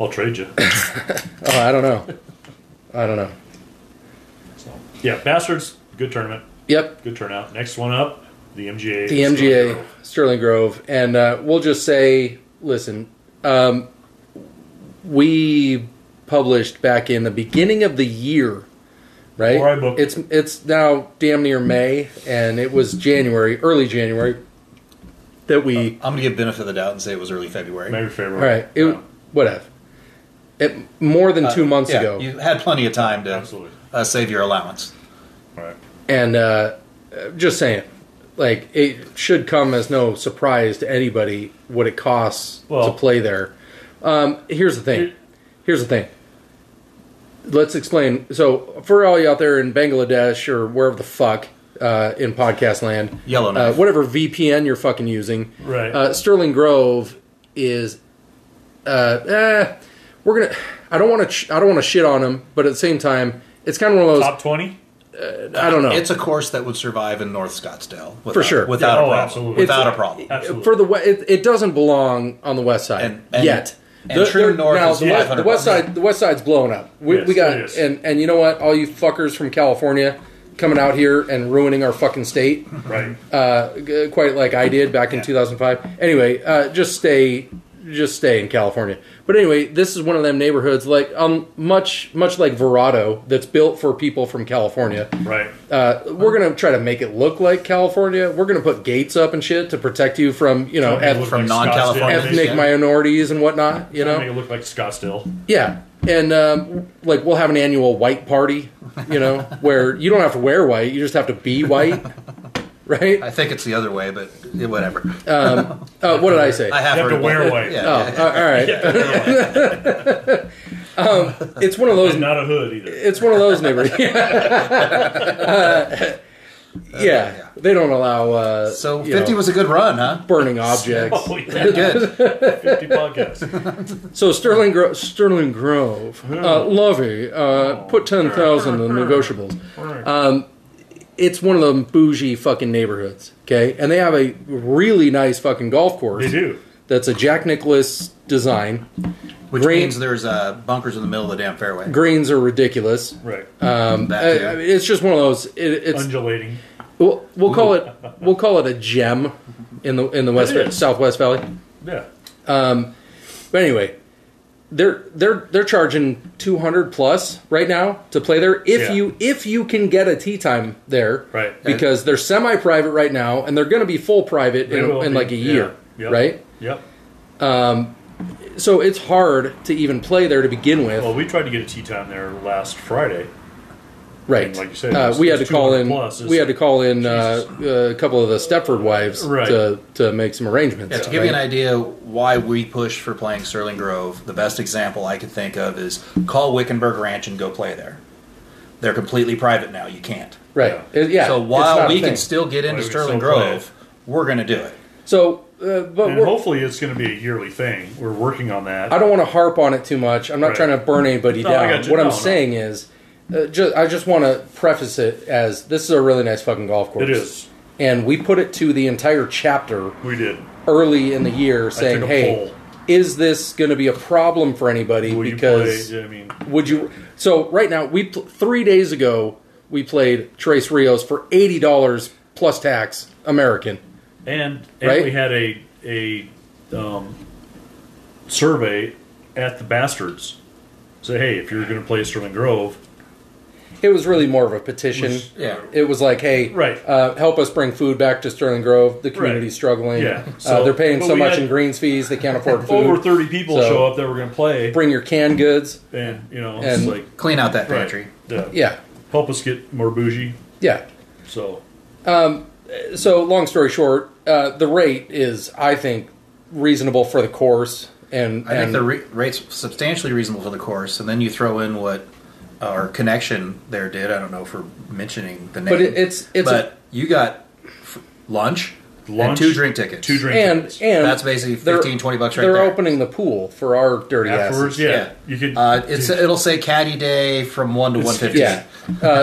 I'll trade you. Oh, I don't know. I don't know. So, yeah, Bastards, good tournament, Yep, good turnout. Next one up, the MGA. the MGA Sterling Grove, and uh, we'll just say, listen, um, we published back in the beginning of the year, right? Before I booked. It's it's now damn near May, and it was January, early January, that we. I'm gonna give benefit of the doubt and say it was early February. Maybe February. All right. It, No. Whatever. It, more than two months Uh, Yeah, ago. you had plenty of time to Absolutely. uh, save your allowance. All right. and uh, uh, just saying, like, it should come as no surprise to anybody what it costs Well- to play there. Um, here's the thing. Here- Here's the thing. Let's explain. So, for all you out there in Bangladesh or wherever the fuck uh, in podcast land, uh, Yellowknife. whatever VPN you're fucking using, Right. Uh, Sterling Grove is, uh, eh, we're gonna. I don't want to. Ch- I don't want to shit on him, but at the same time, it's kind of one of those. Top 20? I don't know. It's a course that would survive in North Scottsdale without, For sure. Yeah, without a oh, problem. absolutely. Without It's- a problem. Absolutely. for the we- it, it doesn't belong on the west side And- and- yet. and True North now, is the, west, 500 the west bucks. side. The west side's blown up. We, Yes, we got it is. and and you know what? All you fuckers from California coming out here and ruining our fucking state, right. uh, g- quite like I did back in 2005. Anyway, uh, just stay, just stay in California. But anyway, this is one of them neighborhoods, like um, much much like Verado, that's built for people from California. right. Uh, we're gonna try to make it look like California. We're gonna put gates up and shit to protect you from you know Don't make it eth- look from Scottsdale. non-California. Don't ethnic Yeah. minorities and whatnot. You Make it know, look like Scottsdale. yeah. and um, like we'll have an annual white party, you know, where you don't have to wear white, you just have to be white, right? I think it's the other way, but yeah, whatever. Uh, what did I say? I have, You have heard to wear about- white. Yeah, oh, yeah. all right. um, it's one of those. And not a hood either. It's one of those neighbors. yeah. yeah, they don't allow. Uh, So you fifty know, was a good run, huh? burning objects. Oh, yeah. Good. 50 podcasts. So Sterling Gro- Sterling Grove, Hmm. uh, Lovey, uh, put ten thousand in negotiables. Um, it's one of them bougie fucking neighborhoods, okay? And they have a really nice fucking golf course. They do. That's a Jack Nicklaus design. Which Green. means there's uh, bunkers in the middle of the damn fairway. Greens are ridiculous. Right. Um, That I- I too. mean, it's just one of those. It, it's Undulating. we'll, we'll call it we'll call it a gem in the in the west is. Southwest Valley. Yeah. But anyway, they're they're they're charging two hundred plus right now to play there. If Yeah. you if you can get a tea time there, Right. Because they're semi private right now, and they're going to be full private They in, will in be. like a year, Yeah. Yep. right? Yep. So it's hard to even play there to begin with, Well, we tried to get a tea time there last Friday. right? and like you said, uh, it's- we had to it's call 200 in plus, we had to call in uh, a couple of the Stepford wives Right. to to make some arrangements. Yeah, to give you an right? idea why we push for playing Sterling Grove, the best example I could think of is call Wickenburg Ranch and go play there. They're completely private now. You can't. right? It- yeah. so it's not while a we can thing. still get Why into we Sterling still play Grove, we're going to do it. so, uh, but And we're- hopefully it's going to be a yearly thing. We're working on that. I don't want to harp on it too much. I'm not Right. trying to burn anybody No, I down. got you. What I'm No, no. saying is, uh, just, I just want to preface it as this is a really nice fucking golf course. It is. and we put it to the entire chapter We did. early in the year, saying, took a "Hey, poll. is this going to be a problem for anybody?" Will because you play? I mean, would you? So right now, we pl- three days ago we played Trace Rios for eighty dollars plus tax American. and, and Right? we had a a um, survey at the Bastards. Say, hey, if you're going to play Sterling Grove, It was really more of a petition. Yeah. It was like, hey, Right. uh, help us bring food back to Sterling Grove. The community's Right. struggling. Yeah. uh, So- they're paying but so we much had- in greens fees they can't afford food. over 30 people So- show up that were going to play, Bring your canned goods. and you know, And- it's like Clean out that right, pantry. yeah. Yeah, help us get more bougie. yeah. So So long story short, uh, the rate is, I think, reasonable for the course. And I think and the re- rate's substantially reasonable for the course, and then you throw in what our connection there did. I don't know if we're mentioning the name, But it- it's- it's a- but you got f- lunch, and Lunch, two drink tickets, two drink and tickets. and That's basically they're- 15, 20 bucks right They're there. opening the pool for our dirty afterwards, asses. yeah, yeah. you could. Uh, it's it'll say caddy day from one to one fifty. Yeah,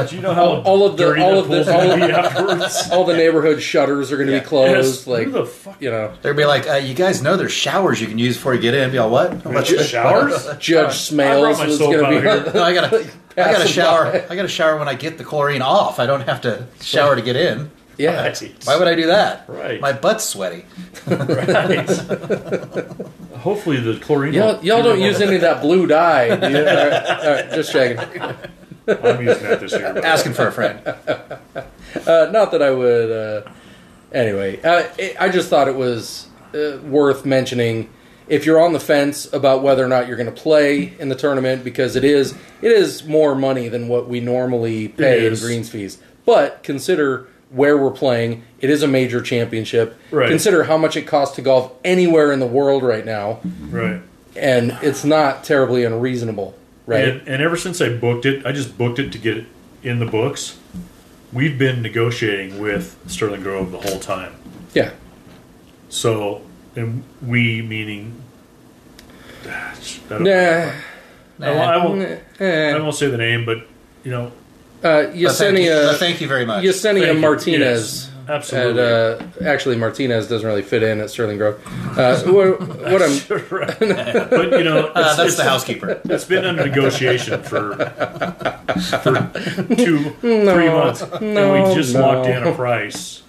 do you know how all of the- dirty all that of the- pool's all gonna of- be afterwards? all the neighborhood shutters are going to Yeah. be closed. Yes. Like Who the fuck? you know, They'll be like, uh, you guys know there's showers you can use before you get in. Be all what? What's Ju- the- showers? Judge I brought Smales my was soap going to be. out here. No, I gotta, I gotta shower. I gotta shower when I get the chlorine off. I don't have to shower to get in. Yeah, Why would I do that? Right. My butt's sweaty. Hopefully the chlorine. Y'all, will y'all don't cure use all any of that blue dye. Do you? All right, all right, just checking. that. I'm using that this year. but- Asking for a friend. Uh, not that I would. Uh, anyway, uh, it, I just thought it was uh, worth mentioning if you're on the fence about whether or not you're going to play in the tournament because it is it is more money than what we normally pay in is. greens fees. But consider where we're playing. It is a major championship. Right. Consider how much it costs to golf anywhere in the world right now, Right. and it's not terribly unreasonable, right? And, and ever since I booked it, I just booked it to get it in the books. We've been negotiating with Sterling Grove the whole time. yeah. So, and we meaning. I don't know. Nah. I won't- I won't, I Eh. won't say the name, but you know, Uh, But thank, you, but Yesenia, thank you very much. Yesenia Thank you. Martinez. Yes, At, absolutely. uh, actually, Martinez doesn't really fit in at Sterling Grove. Uh, what, what I'm Right. but you know, Uh, it's, that's the it's- housekeeper. it's been under negotiation for for two, three months, and we just no. locked in a price,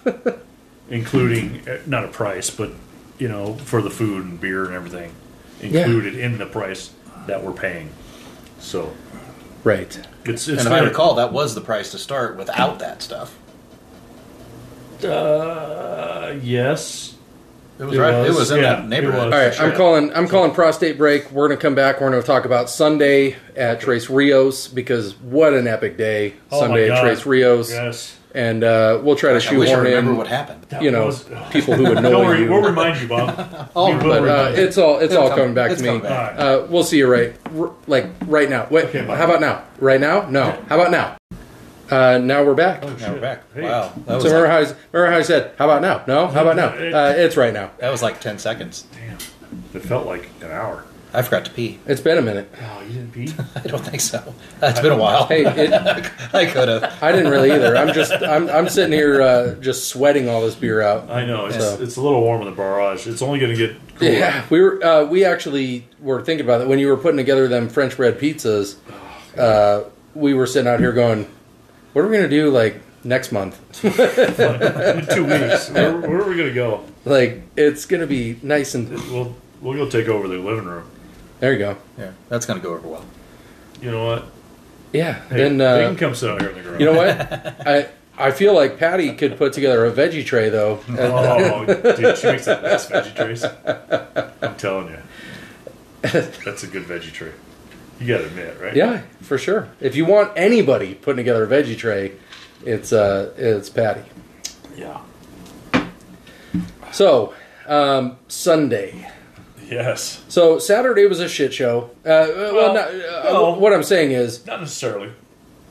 including eh, not a price, but you know, for the food and beer and everything included in the price that we're paying. So right. it's it's And if I been- recall, that was the price to start without that stuff. uh, yes, It was It right. was. It was in Yeah, that it neighborhood. All was. for right, sure. I'm calling. I'm calling prostate break. We're gonna come back. We're gonna talk about Sunday at Trace Rios because what an epic day Oh my Sunday at God. Trace Rios, Yes. and uh, we'll try to I wish I shoehorn remember in what happened. you know was- people who annoy Don't worry, you. we'll remind you, Bob. All We right, will but, remind uh, you. it's all. It's It'll all come- coming back it's to me. coming back. All right. Uh, we'll see you right, r- like right now. Wait, Okay, bye. how about now? Right now? No. How about now? Uh, now we're back. Now we're back. Hey. Wow, that was, so remember like, how, I, s- remember how I said, "How about now?" No. How about now? Uh, it's right now. that was like ten seconds. Damn. It felt like an hour. I forgot to pee. It's been a minute. Oh, you didn't pee? I don't think so. It's been a while. Hey, it, I could have. I didn't really either. I'm just I'm I'm sitting here uh, just sweating all this beer out. I know. It's, So- it's a little warm in the barrage. It's only going to get cooler. Yeah, we were uh, we actually were thinking about that when you were putting together them French bread pizzas. Uh, we were sitting out here going, "What are we gonna do like next month? In two weeks. Where, where are we going to go? like it's gonna be nice and We'll, we'll go take over the living room. there you go. Yeah, that's gonna go over well. You know what? Yeah. Hey, then they uh, can come sit out here in the garage. you know what? I I feel like Patty could put together a veggie tray though. Uh, Oh, dude, she makes the best veggie trays. I'm telling you, that's a good veggie tray. You gotta admit, right? yeah, for sure. If you want anybody putting together a veggie tray, it's uh it's Patty. Yeah. So, um, Sunday. Yes. So Saturday was a shit show. Uh, well, Well, not, uh, no. what I'm saying is, Not necessarily.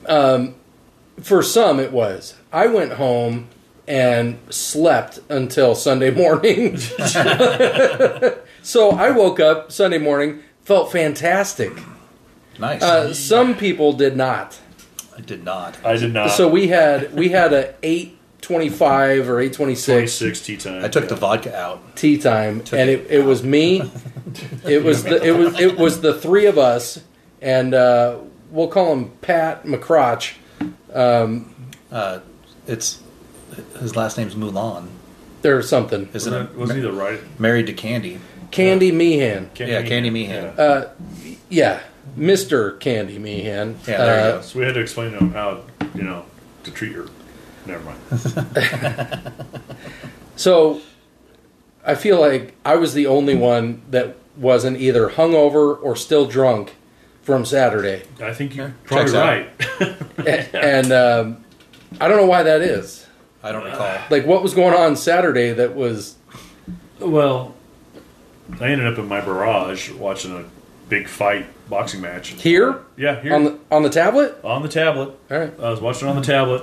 for some it was. I went home and slept until Sunday morning. so I woke up Sunday morning, felt fantastic. Nice. Uh, some people did not. I did not. I did not. So we had we had a eight twenty five or eight twenty six 26 tea time. I took yeah. the vodka out. tea time, and it, it was me. It was the it was it was the three of us, and uh, we'll call him Pat McCrotch. Uh, it's his last name's Mulan. or something. Is it? Wasn't, it, wasn't he the right? married to Candy. Candy Meehan. Yeah, Candy Meehan. Yeah. Yeah, Mr. Candy Meehan. Uh, Yeah, there you go. so we had to explain to him how, you know, to treat her. Never mind. So I feel like I was the only one that wasn't either hungover or still drunk from Saturday. I think you're Checks probably out. right. A- and um, I don't know why that is. I don't recall. Like, what was going on Saturday that was. well, I ended up in my barrage watching a big fight boxing match. Here? Yeah, here. On the, on the tablet? on the tablet. All right. I was watching on the tablet.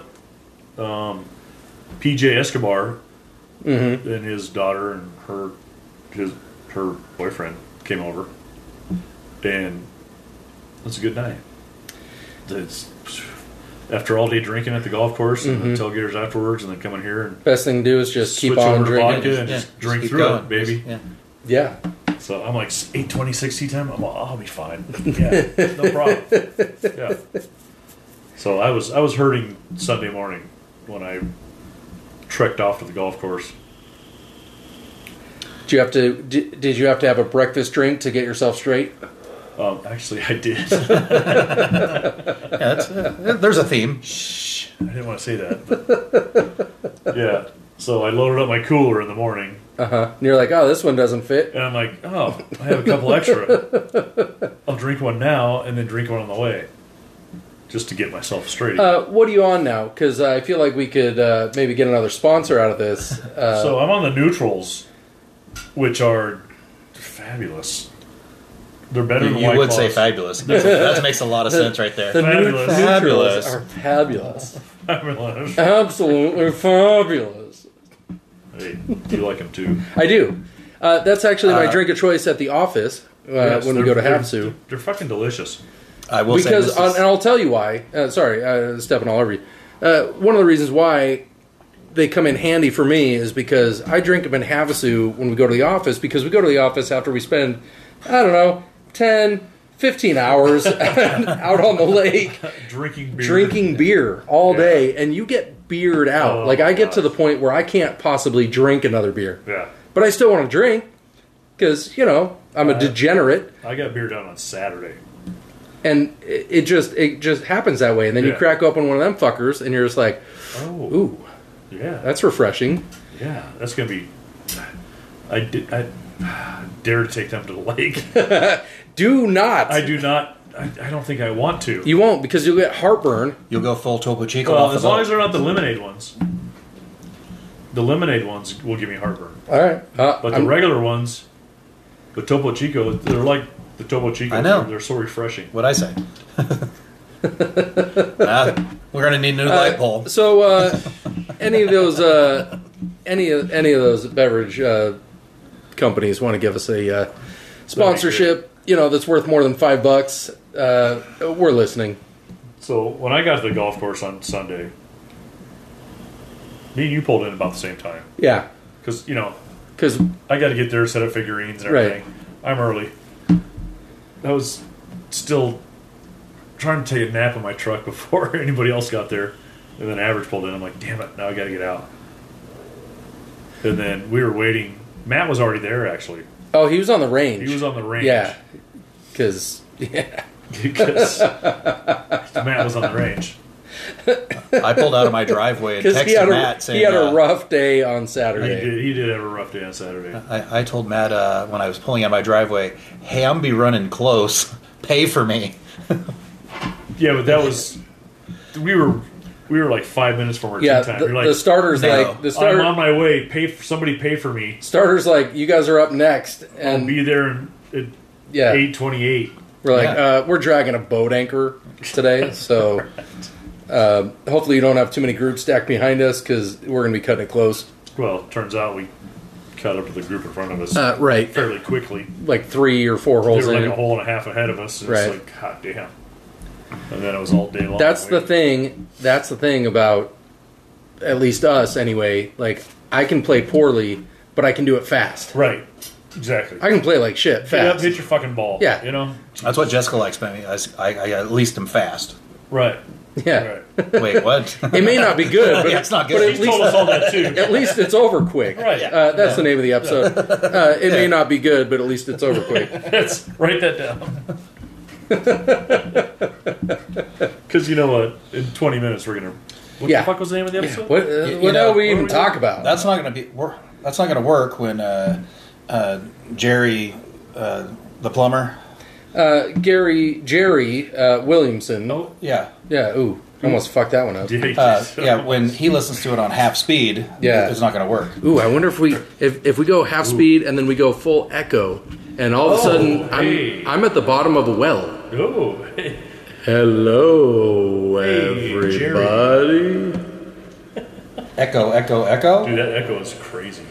Um, PJ Escobar and his daughter and her his her boyfriend came over, and that's a good night. It's after all day drinking at the golf course and the tailgaters afterwards, and then coming here and Best thing to do is just keep Switch on over to drinking. vodka. Good, just drink keep through it, baby. Just- yeah. Yeah. so I'm like eight twenty sixty time. I'm all, I'll be fine. Yeah, no problem. Yeah. So I was I was hurting Sunday morning when I trekked off to the golf course. Do you have to? Did, did you have to have a breakfast drink to get yourself straight? Um, actually, I did. Yeah, that's, uh, there's a theme. Shh, I didn't want to say that. But yeah. So I loaded up my cooler in the morning, Uh huh. And you're like, oh, this one doesn't fit. and I'm like, oh, I have a couple extra. I'll drink one now, and then drink one on the way, just to get myself straight. Uh, what are you on now? Because I feel like we could uh, maybe get another sponsor out of this. Uh, So I'm on the neutrals, which are fabulous. They're better You, than you White would Claws. say fabulous. that makes a lot of sense right the there. new fabulous. fabulous Fabulous. are fabulous, fabulous. absolutely fabulous. Hey, you like them too. I do. Uh, that's actually my Uh, drink of choice at the office uh, Yes, when we go they're- to they're- Havasu. They're, fucking delicious. I will say because this on, is- and I'll tell you why. Uh, sorry, uh, stepping all over you. Uh, one of the reasons why they come in handy for me is because I drink them in Havasu when we go to the office because we go to the office after we spend I don't know 10, 15 hours out on the lake Drinking beer. drinking beer all Yeah. day and you get beard out. Oh, like I get to gosh. the point where I can't possibly drink another beer, Yeah. but I still want to drink because you know I'm a degenerate I got beer down on Saturday. and it, it just it just happens that way. And then you Yeah. crack open one of them fuckers, and you're just like, Oh. "Ooh, Yeah. that's refreshing." yeah. That's going to be. I, did, I dare to take them to the lake. Do not. I do not. I, I don't think I want to. you won't because you'll get heartburn. You'll go full Topo Chico. well, off as the long boat. as they're not the lemonade ones. The lemonade ones will give me heartburn, All right. Uh, but the I'm- regular ones, the Topo Chico, they're like the Topo Chico. I know. They're, they're so refreshing. What I say? Ah, we're gonna need a new light bulb. So uh, any of those uh, any of any of those beverage uh, companies want to give us a uh, sponsorship, you know, that's worth more than five bucks, uh, we're listening. So when I got to the golf course on Sunday, me and you pulled in about the same time Yeah, because you know because I got to get there, set up figurines and Right. everything. I'm early. I was still trying to take a nap in my truck before anybody else got there. And then Average pulled in. I'm like, damn it, now I got to get out. And then we were waiting. Matt was already there, actually. oh, he was on the range. He was on the range. Yeah, because yeah, Because Matt was on the range. I pulled out of my driveway and 'Cause texted he had a Matt saying he had a uh, rough day on He Saturday. did, he did have a rough day on Saturday. I, I told Matt uh, when I was pulling out of my driveway, "Hey, I'm be running close. Pay for me." Yeah, but that was. We were we were like five minutes from our Yeah, tee time. the, We were like, the starters No. like the starter, I'm on my way. Pay for, somebody pay for me. starters like you guys are up next, I'll and be there at yeah, eight twenty eight. We're like, Yeah. uh, we're dragging a boat anchor today, so um hopefully you don't have too many groups stacked behind us because we're going to be cutting it close. Well, turns out we caught up to the group in front of us Uh, right, fairly quickly. like three or four They holes were like "Oh, in. a hole and a half ahead of us. And Right. It's like hot damn. And then it was all day long. That's the waiting. thing. That's the thing about at least us anyway. Like I can play poorly, but I can do it fast. Right. Exactly. I can play like shit Get up, fast. hit your fucking ball. Yeah. You know. That's what Jessica likes. Maybe I, I, I at least am fast. Right. Yeah, Right. Wait, what? it may not be good, but Yeah, it's not But good. at She told least us all that too. at least it's over quick. Right. Uh, that's the name of the episode. Uh, it may not be good, but at least it's over quick. That's write that down. Because you know what? In twenty minutes we're gonna. What Yeah. the fuck was the name of the episode? What, uh, you what know, the hell we what even do we talk do? about? that's not gonna be. Work, that's not gonna work when uh, uh, Jerry, uh, the plumber. uh, Gary Jerry uh, Williamson. Oh, Yeah, Yeah, ooh, almost fucked that one up. yeah, uh, yeah. When he listens to it on half speed, Yeah. it's not gonna work. Ooh, I wonder if we if, if we go half speed and then we go full echo, and all of a Oh, sudden hey. I'm I'm at the bottom of a well. Oh, hey. Hello, Hey, Jerry. everybody. Echo, echo, echo. Dude, that echo is crazy.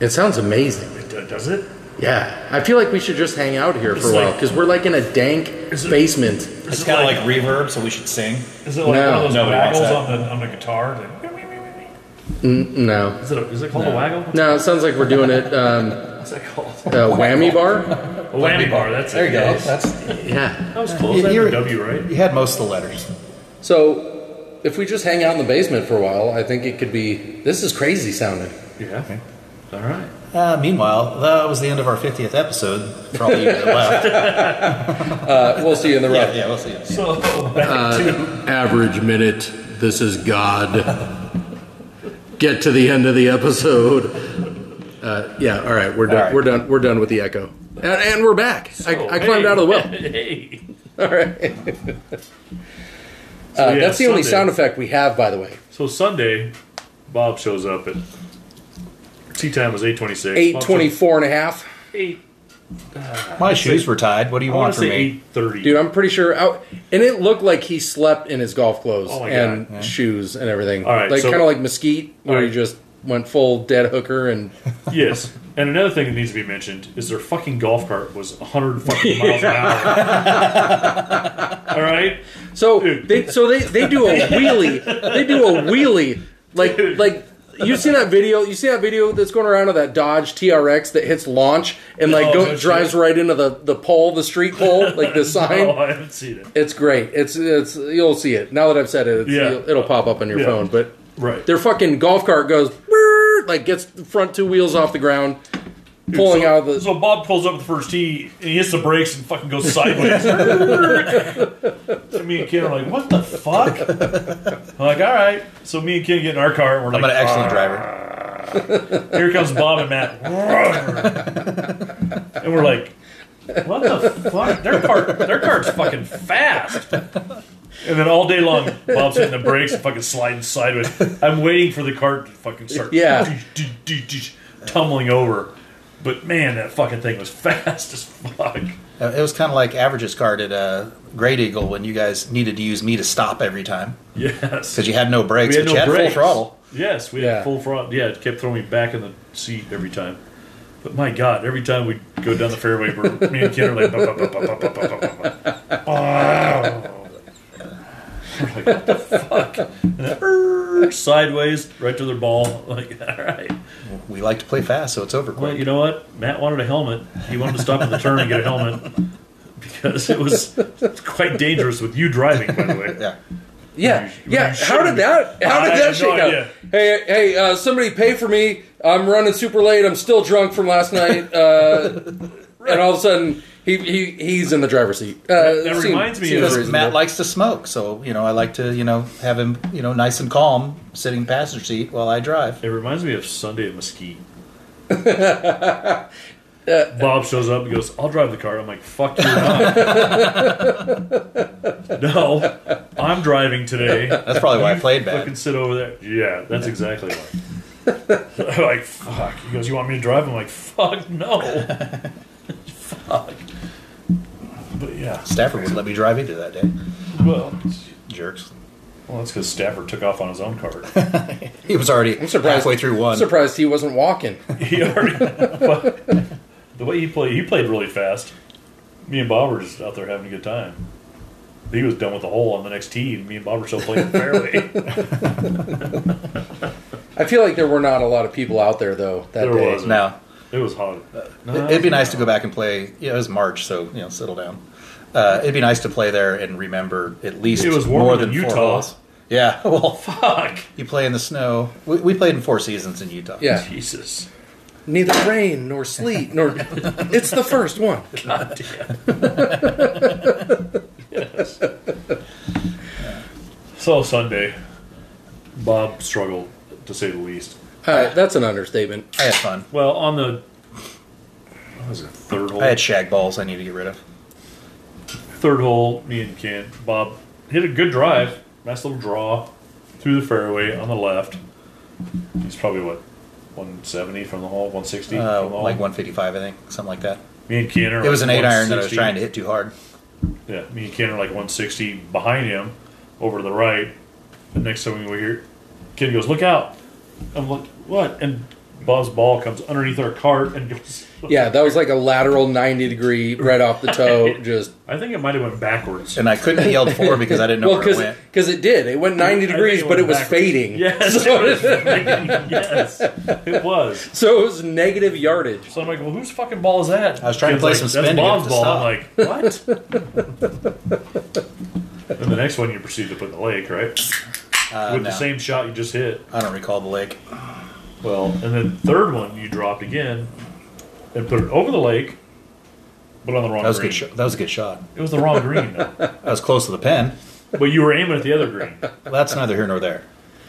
It sounds amazing. It do- does it? Yeah, I feel like we should just hang out here for It's a while like- because we're like in a dank Is it- basement. It's it kind of like- like reverb, so we should sing. Is it No. like one of those Nobody wants waggles that. on the on the guitar? Like, No, is it a, is it called a waggle? no, it sounds like we're doing it. Um, What's that called? uh, whammy bar. A whammy bar. That's there it. you go. Yes. That's Yeah. That was close. That's You're- a W, right? you had most of the letters. So, if we just hang out in the basement for a while, I think it could be. This is crazy sounding. Yeah. All right. Uh, meanwhile, that was the end of our 50th episode for all you that left. Uh, we'll see you in the yeah, rough. yeah, we'll see. Yeah. So back to Average minute. This is God. Get to the end of the episode. Uh, yeah. All right. We're done. All right. We're done. We're done with the echo. And, and we're back. I, I climbed Hey. out of the well. Hey. All right. So, Uh, yeah, that's the only Sunday. sound effect we have, by the way. So Sunday, Bob shows up at tea time was eight twenty six. Eight twenty-four and a half. Eight. My shoes were tied. What do you I want want to from say me? eight thirty. Dude, I'm pretty sure. I, and it looked like he slept in his golf clothes Oh my God, and shoes and everything. All right, like so- kind of like mesquite, where All he right. just went full dead hooker and Yes. And another thing that needs to be mentioned is their fucking golf cart was 100 fucking miles an hour. All right? so Dude. they so they they do a wheelie. they do a wheelie like Dude. like. You seen that video? You see that video that's going around of that Dodge TRX that hits launch and like No, go, Oh, no shit. drives right into the the pole, the street pole, like the sign. Oh, I haven't seen it. It's great. It's it's you'll see it now that I've said it. It's, Yeah. it'll, it'll pop up on your Yeah. phone, but Right. their fucking golf cart goes "Brrr," like gets the front two wheels off the ground, pulling so, out of the So Bob pulls up the first tee and he hits the brakes and fucking goes sideways. so me and Ken are like, what the fuck? I'm like, all right. So me and Ken get in our car and we're I'm like, an excellent driver. Here comes Bob and Matt. and we're like, what the fuck? Their cart, their cart's fucking fast. And then all day long, Bob's hitting the brakes and fucking sliding sideways. I'm waiting for the cart to fucking start Yeah. tumbling over. But man, that fucking thing was fast as fuck. Uh, It was kind of like Average's car at uh, Great Eagle when you guys needed to use me to stop every time Yes. because you had no brakes, We had but no you had brakes. full throttle. Yes, we Yeah. had full front. Yeah, it kept throwing me back in the seat every time. But my God, every time we go down the fairway, we're, me and Ken are like, "Bah, bah, bah, bah, bah, bah, bah, bah, bah, bah." Wow. We're like, what the fuck? And then, "Err," sideways, right to their ball. Like, all right. We like to play fast, so it's over quick. Well, you know what? Matt wanted a helmet. He wanted to stop at the turn and get a helmet because it was quite dangerous with you driving, by the way. yeah. Yeah, You- you yeah. How did shouldn't. that? How did I that have no shake out? idea. Hey, hey, uh, somebody pay for me. I'm running super late. I'm still drunk from last night. Uh, And all of a sudden, he, he he's in the driver's seat. Uh, that seemed- reminds me seemed of- Because reasonable. Matt likes to smoke, so you know I like to you know have him you know nice and calm sitting in the passenger seat while I drive. It reminds me of Sunday at Mesquite. Bob shows up and goes, I'll drive the car. I'm like, fuck you. not." no, I'm driving today. That's probably why I played Fucking bad. sit over there. Yeah, that's exactly why. I'm like, fuck. He goes, You want me to drive? I'm like, fuck, no. fuck. But yeah, Stafford would let me drive either that day. well, Jerks. well that's because Stafford took off on his own car. He was already I'm surprised halfway through one. I'm surprised he wasn't walking. he already but the way he played he played really fast me and bob were just out there having a good time he was done with the hole on the next tee and me and bob were still playing the fairway I feel like there were not a lot of people out there though that There day. wasn't. No, it was hot it'd be nice to go back and play. Yeah, it was March, so you know settle down. Uh, it'd be nice to play there and remember at least It was warmer more than than four Utah. holes. Yeah, well, Oh, fuck you play in the snow. We, we played in four seasons in Utah. Yeah, jesus neither rain nor sleet nor it's the first one. god damn yes. so sunday bob struggled to say the least Uh, that's an understatement. I had fun. well on the what was it third hole I had shag balls. I need to get rid of. Third hole, me and Kent, Bob hit a good drive, nice little draw through the fairway on the left. He's probably what, 170 from the hole, 160 Uh, from the hole. like 155, I think, something like that. me and Ken are It was an eight iron that I was 160. trying to hit too hard. Yeah, me and Ken are like 160 behind him, over to the right. The next time we hear, Ken goes, "Look out!" I'm like, "What?" And Bob's ball comes underneath our cart and goes. Yeah, that was like a lateral 90 degree right off the toe. Just I think it might have went backwards. And I couldn't have yelled four because I didn't know well, where it went. because it did. It went 90 I think degrees, but went it was backwards. fading. Yes, it was fading. yes, it was. So it was negative yardage. So I'm like, well, whose fucking ball is that? I was trying to Kid's play like, some That's spin to get it Bob's to ball. stop. I'm like, what? and the next one you proceed to put in the lake, right? Uh, With no, the same shot you just hit. I don't recall the lake. Well, and then third one you dropped again and put it over the lake, but on the wrong That was a green. good. Sh- that was a good shot. It was the wrong green, though. That was close to the pin. but you were aiming at the other green. Well, that's neither here nor there.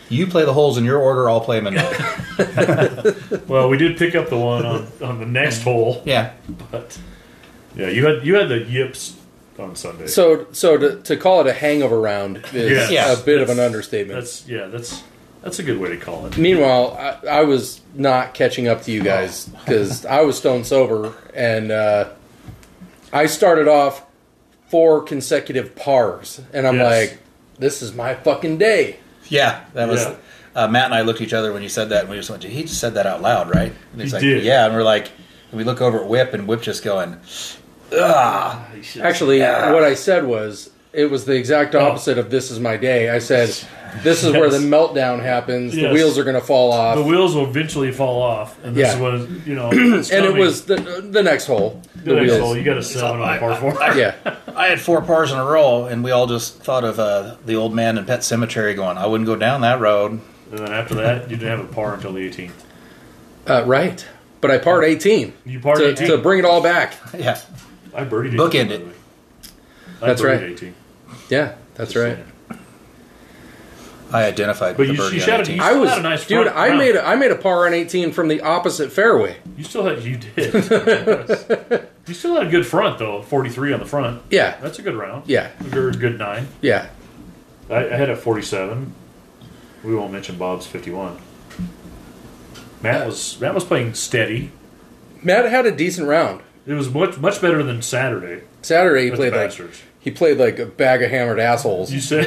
You play the holes in your order. I'll play them in mine. Well, we did pick up the one on, on the Mm. next hole, Yeah, but yeah, you had you had the yips on Sunday. So so to, to call it a hangover round is Yes. Yes. a bit of an That's- understatement. that's yeah, that's that's a good way to call it. Meanwhile, I, I was not catching up to you guys because I was stone sober, and uh, I started off four consecutive pars, and I'm Yes. like, "This is my fucking day." yeah. That was. Yeah. Uh, Matt and I looked at each other when you said that, and we just went, "He just said that out loud, right?" And he's He like, did. "Yeah." And we're like, and we look over at Whip, and Whip just going, Actually, what I said was it was the exact opposite of "This is my day." I said, "This is where the Oh. Yes. meltdown happens. The Yes. wheels are going to fall off." the wheels will eventually fall off, and this Yeah. was you know. it's and it coming. was the, the next hole. the next hole. You got a seven on par four. Yeah, I had four pars in a row, and we all just thought of uh, the old man in Pet Cemetery going, I wouldn't go down that road. and then after that, you didn't have a par until the 18th. uh, right. But I part 18 You part to, 18. to bring it all back. yeah. I birdied 18, Bookend by it. the way. I That's birdied right. 18. Yeah, that's right. I identified But with you- the birdie you on shouted- 18. you I was, had a nice dude. front I round. made a, I made a par on 18 from the opposite fairway. You still had you did. Yes. you still had a good front though. Forty three on the front. Yeah, That's a good round. yeah, A good, good nine. yeah. I, I had a forty seven. We won't mention Bob's fifty one. Matt was Matt was playing steady. Matt had a decent round. It was much much better than Saturday. Saturday he with played the like Masters. he played like a bag of hammered assholes, You said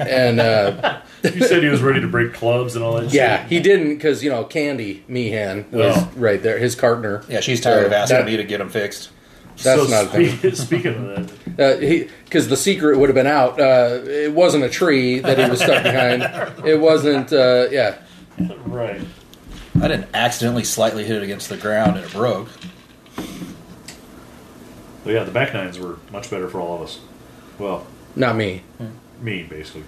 and uh, you said he was ready to break clubs and all that. yeah, he didn't because you know Candy Meehan was Well. right there, his partner. yeah, she's tired of Uh, asking that- me to get him fixed. shit. That's so not a thing. spe- speaking of that, because Uh, the secret would have been out. Uh, it wasn't a tree that he was stuck behind. It wasn't. Uh, yeah, right? I didn't accidentally slightly hit it against the ground and it broke. But yeah, the back nines were much better for all of us. Well, not me. me basically.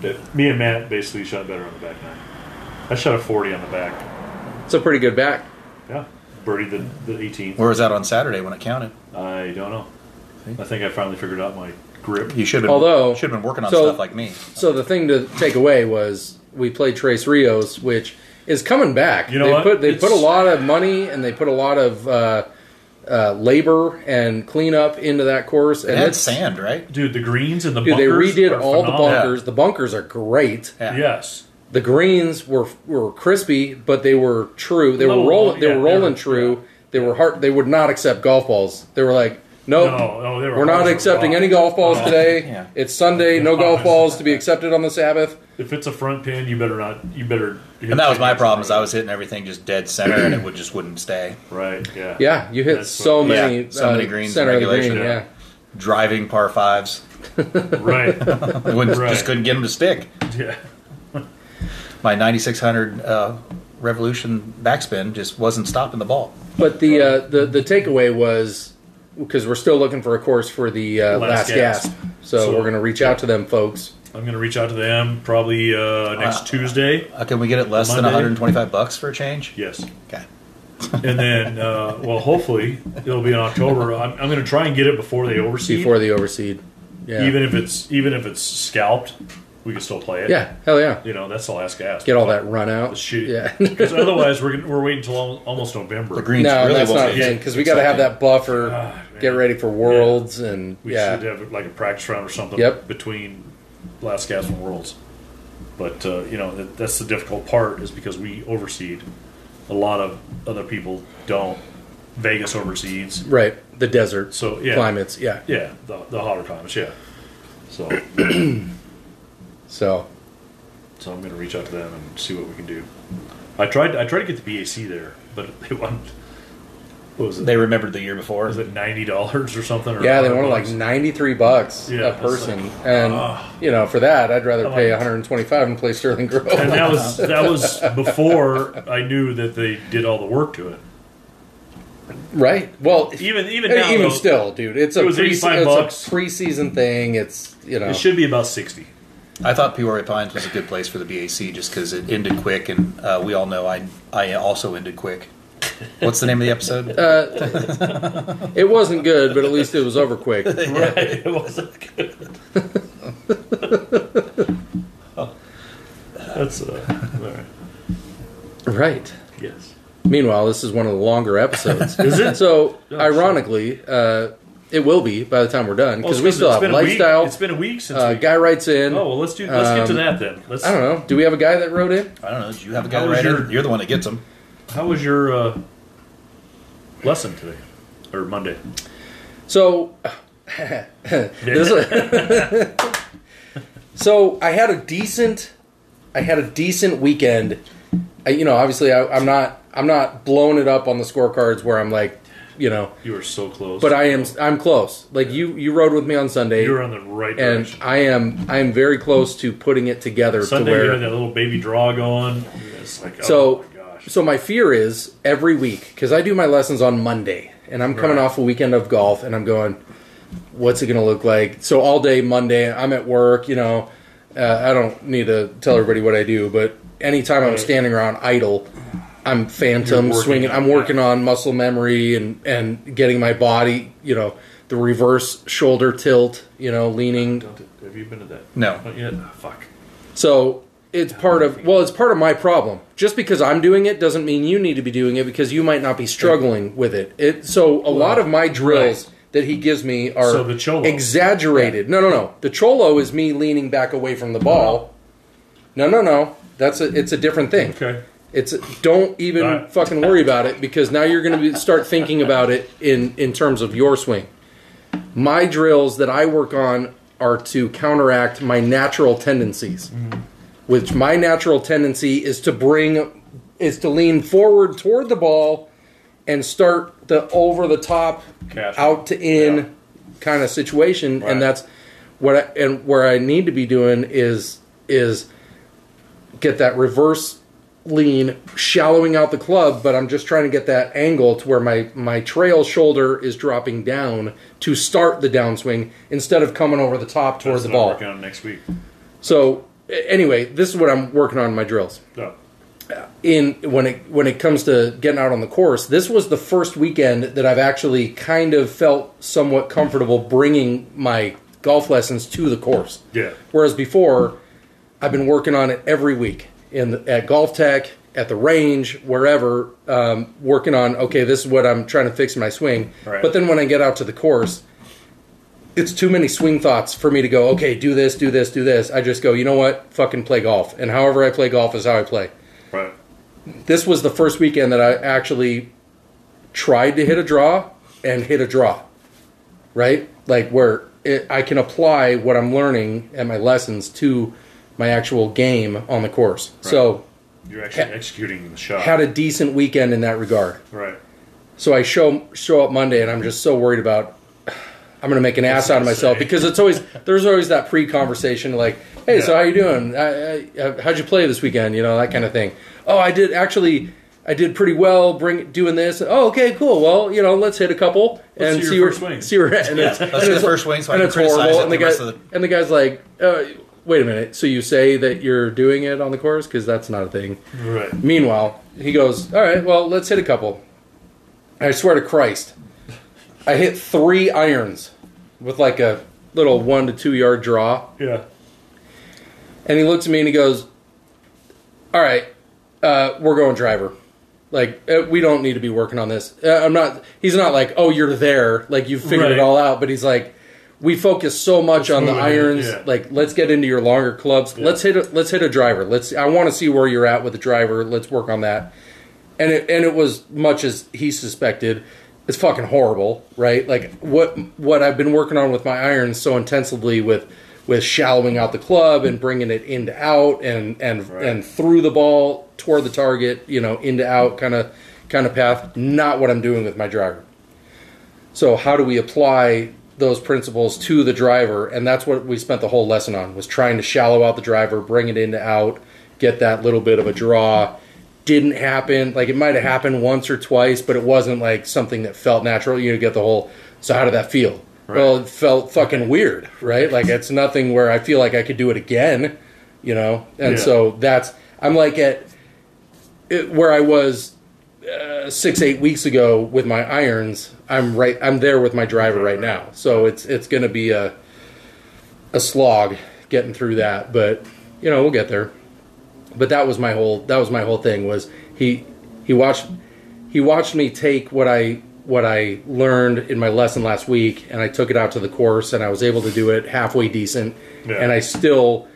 But me and Matt basically shot better on the back nine. I shot a forty on the back. It's a pretty good back. Yeah, birdie the the eighteenth. Where was that on Saturday when it counted? I don't know. I think I finally figured out my grip. You should have. Although- should have been working on so- stuff like me. So the thing to take away was we played Trace Rios, which is coming back. You know they what? put they It's- put a lot of money and they put a lot of uh, uh, labor and cleanup into that course. And It had it's sand, right? Dude, the greens and the dude, they bunkers redid are all the phenomenal. bunkers. The bunkers are great. Yeah. Yes, The greens were were crispy, but they were true. They were Little- rolling. They were yeah, they were- rolling true. They were hard. They would not accept golf balls. They were like, nope, No, no, they were we're not hard as accepting rock. any golf balls No. today. Yeah. It's Sunday. No golf balls to be accepted on the Sabbath. if it's a front pin, you better not. You better. hit And that was my it. problem. Is I was hitting everything just dead center, and it would just wouldn't stay. Right. Yeah. Yeah, you hit That's so what- many, uh, Yeah, so many greens center of the green. regulation, Yeah. yeah. Driving par fives, Right. I wouldn't- Right. just couldn't get them to stick. yeah. My 9600 uh, revolution backspin just wasn't stopping the ball. but the uh, the the takeaway was because we're still looking for a course for the uh, last, Last gasp. Gasp. So, So- we're gonna reach out to them, folks. I'm gonna reach out to them probably uh, next Uh, Tuesday. Uh, can we get it less than Monday? 125 bucks for a change? Yes. Okay. And then, uh, well, hopefully it'll be in October. I'm, I'm gonna try and get it before they overseed. Before the overseed. Yeah. even if it's even if it's scalped, we can still play it. yeah. Hell yeah. You know that's the last gasp. Get all that run out. Shoot. Yeah. Because otherwise we're gonna, we're waiting till al- almost November. The greens No, really that's won't not a be thing because we got to have exciting. that buffer, get ready for worlds, and Ah, We yeah, should have like a practice round or something Yep. between last gasp and worlds. But uh, you know that, that's the difficult part is because we overseed. A lot of other people don't. Vegas overseeds. right the desert So yeah, climates, yeah. Yeah, the, the hotter climates. Yeah. So So so I'm gonna reach out to them and see what we can do. I tried I tried to get the BAC there, but they want what was it? They remembered the year before. was it ninety dollars or something? Or yeah, they wanted like $100? ninety three bucks Yeah, a it's person, like, and you know for that I'd rather I'm pay like- one hundred and twenty five and play Sterling Grove. And that was that was before I knew that they did all the work to it. right? Well, Even even and now, even though, still, dude, it's a it was pre- 85 it's bucks. a preseason thing. It's you know it should be about sixty. I thought Peoria Pines was a good place for the BAC just because it ended quick, and uh, we all know I I also ended quick. What's the name of the episode? it wasn't good, but at least it was over quick. Right, it wasn't good. That's uh, all right. right. Yes. Meanwhile, this is one of the longer episodes. Is it? So, Oh, ironically, uh, it will be by the time we're done because we still it's have been a lifestyle. Week. It's been a week since Uh, we. guy writes in. oh well, let's do. Let's get to that then. Let's, I don't know. Do we have a guy that wrote in? I don't know. Do you have a guy How was right your- in? You're the one that gets them. How was your uh, lesson today or Monday? So, this is- so I had a decent, I had a decent weekend. I, you know, obviously, I, I'm not, I'm not blowing it up on the scorecards where I'm like, you know, You were so close. but I am, I'm close. Like you, you rode with me on Sunday, you were on the right and direction. I am, I am very close to putting it together Sunday to where you had that little baby draw going. It's like, oh So, my gosh. so my fear is every week because I do my lessons on Monday, and I'm coming Right. off a weekend of golf, and I'm going, what's it going to look like? So all day Monday, I'm at work. You know, uh, I don't need to tell everybody what I do, but anytime I'm Right. standing around idle, I'm phantom You're working swinging. on I'm that. working on muscle memory and and getting my body, you know, the reverse shoulder tilt, you know, leaning. Don't it- have you been to that? No. Not yet. Ah, fuck. So it's part of well, it's part of my problem. Just because I'm doing it doesn't mean you need to be doing it because you might not be struggling with it. It so a lot of my drills right. that he gives me are So the cholo. exaggerated. No, no, no. The cholo is me leaning back away from the ball. No, no, no. That's a it's a different thing. Okay. It's don't even All right. fucking worry about it because now you're going to be, start thinking about it in in terms of your swing. My drills that I work on are to counteract my natural tendencies, Mm-hmm. which my natural tendency is to bring is to lean forward toward the ball and start the over the top Cash. out to in Yeah. kind of situation Right. and that's what I, and where I need to be doing is is get that reverse lean shallowing out the club but i'm just trying to get that angle to where my my trail shoulder is dropping down to start the downswing instead of coming over the top That's towards the what I'm ball Working on next week. so a- anyway this is what i'm working on in my drills No. in when it when it comes to getting out on the course this was the first weekend that i've actually kind of felt somewhat comfortable bringing my golf lessons to the course Yeah. Whereas before, I've been working on it every week in the, at Golf Tech, at the range, wherever, um, working on okay, this is what I'm trying to fix in my swing. Right. But then when I get out to the course, it's too many swing thoughts for me to go. Okay, do this, do this, do this. I just go. You know what? Fucking play golf, and however I play golf is how I play. Right. This was the first weekend that I actually tried to hit a draw and hit a draw, right? Like where it, I can apply what I'm learning and my lessons to my actual game on the course. So You're actually executing the shot. had a decent weekend in that regard. right. So I show show up Monday and I'm just so worried about I'm gonna make an ass out of gonna myself say? because it's always there's always that pre conversation like hey so Yeah. how you doing I, I, how'd you play this weekend you know that kind of thing oh I did actually I did pretty well bring doing this oh okay cool well you know let's hit a couple and see see, your where first swing. see where and it's, let's and see the it's- first swing so I and can it's criticize horrible it and the the guy rest of the- and the guy's like uh, wait a minute so you say that you're doing it on the course because that's not a thing Right. Meanwhile, he goes, All right, well, let's hit a couple. I swear to Christ, I hit three irons with like a little one to two yard draw. Yeah. And he looks at me and he goes, All right, uh, we're going driver. Like, uh, we don't need to be working on this. Uh, I'm not, he's not like, Oh, you're there. Like, you figured Right. it all out. But he's like, we focus so much on the moving, irons. yeah. Like, let's get into your longer clubs. Let's hit a, let's hit a driver. Let's. I want to see where you're at with the driver. Let's work on that and it and it was much as he suspected. It's fucking horrible, right? Like what what I've been working on with my irons so intensively with with shallowing out the club and bringing it into out and and Right. and through the ball toward the target, you know, into out kind of kind of path. Not what I'm doing with my driver. So how do we apply those principles to the driver? And that's what we spent the whole lesson on was trying to shallow out the driver, bring it into out, get that little bit of a draw. Didn't happen. Like it might have happened once or twice, but it wasn't like something that felt natural. You get the whole. So how did that feel? Well, it felt fucking weird, right? Like it's nothing where I feel like I could do it again, you know. And Yeah. so that's I'm like at it, where I was six eight weeks ago with my irons i'm right i'm there with my driver right now so it's it's going to be a a slog getting through that but you know we'll get there but that was my whole that was my whole thing was he he watched he watched me take what i what i learned in my lesson last week and i took it out to the course and i was able to do it halfway decent Yeah. and i still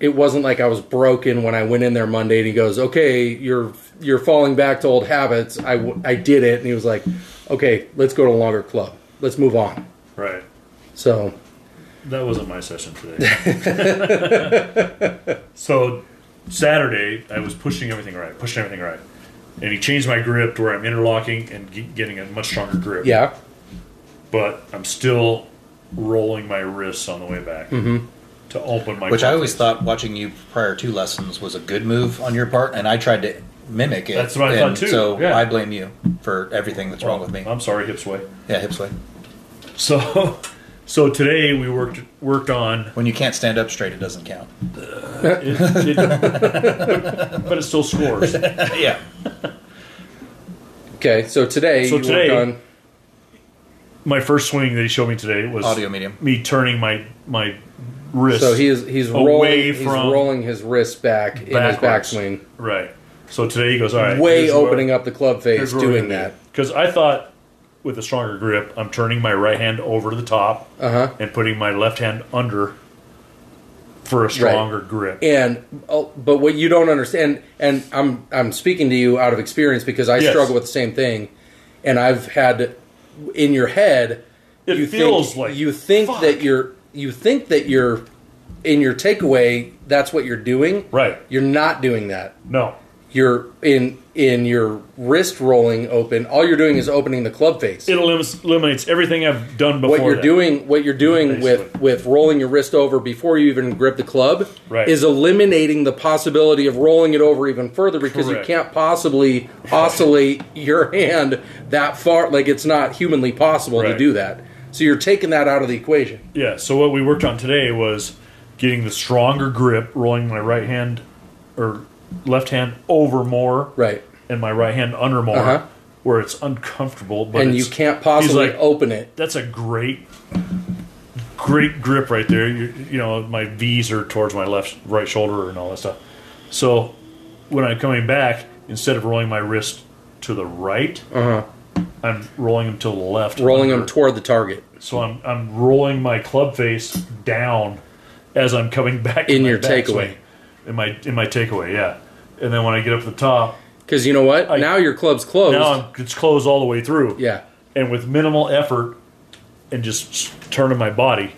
it wasn't like I was broken when I went in there Monday and he goes, "Okay, you're you're falling back to old habits." I, w- I did it and he was like, "Okay, let's go to a longer club. Let's move on." Right. So, That wasn't my session today. so Saturday, I was pushing everything right, pushing everything right, and he changed my grip to where I'm interlocking and ge- getting a much stronger grip. yeah. But I'm still rolling my wrists on the way back to open my. Mm-hmm. Which I always confidence. thought watching you prior to lessons was a good move on your part, and I tried to mimic it. That's what I thought and too, So yeah. I blame you for everything that's wrong with me. I'm sorry, hips way. Yeah, hips way. So, so today we worked worked on, When you can't stand up straight, it doesn't count. it, but, but it still scores. yeah. Okay, so today So you today- worked on my first swing that he showed me today was Audio medium. Me turning my my wrist. So he is he's Away rolling he's from- rolling his wrist back backwards. in his backswing, right. So today he goes all right. way opening up the club face doing that. because I thought with a stronger grip, I'm turning my right hand over to the top Uh-huh. and putting my left hand under for a stronger grip. And oh, but what you don't understand, and I'm I'm speaking to you out of experience because I Yes. struggle with the same thing, and I've had in your head It you feels think, like, you think fuck. that you're you think that you're in your takeaway that's what you're doing. Right. You're not doing that. No. You're in in your wrist rolling open. All you're doing is opening the club face. It eliminates, eliminates everything I've done before. what you're that. doing what you're doing with Basically. with rolling your wrist over before you even grip the club Right. is eliminating the possibility of rolling it over even further because Correct. you can't possibly oscillate your hand that far like it's not humanly possible to Right. do that so you're taking that out of the equation Yeah, so what we worked on today was getting the stronger grip, rolling my right hand or left hand over more, right and my right hand under more, Uh-huh. where it's uncomfortable. But and you it's- can't possibly he's like, open it That's a great, great grip right there. You, you know, my V's are towards my left, right shoulder, and all that stuff. So when I'm coming back, instead of rolling my wrist to the right, I'm rolling them to the left, Uh-huh. rolling under. them toward the target So I'm I'm rolling my club face down as I'm coming back In my your backswing. takeaway. In my in my takeaway, yeah. And then when I get up to the top, because you know what now your club's closed now I'm, it's closed all the way through. yeah And with minimal effort, and just s- turning my body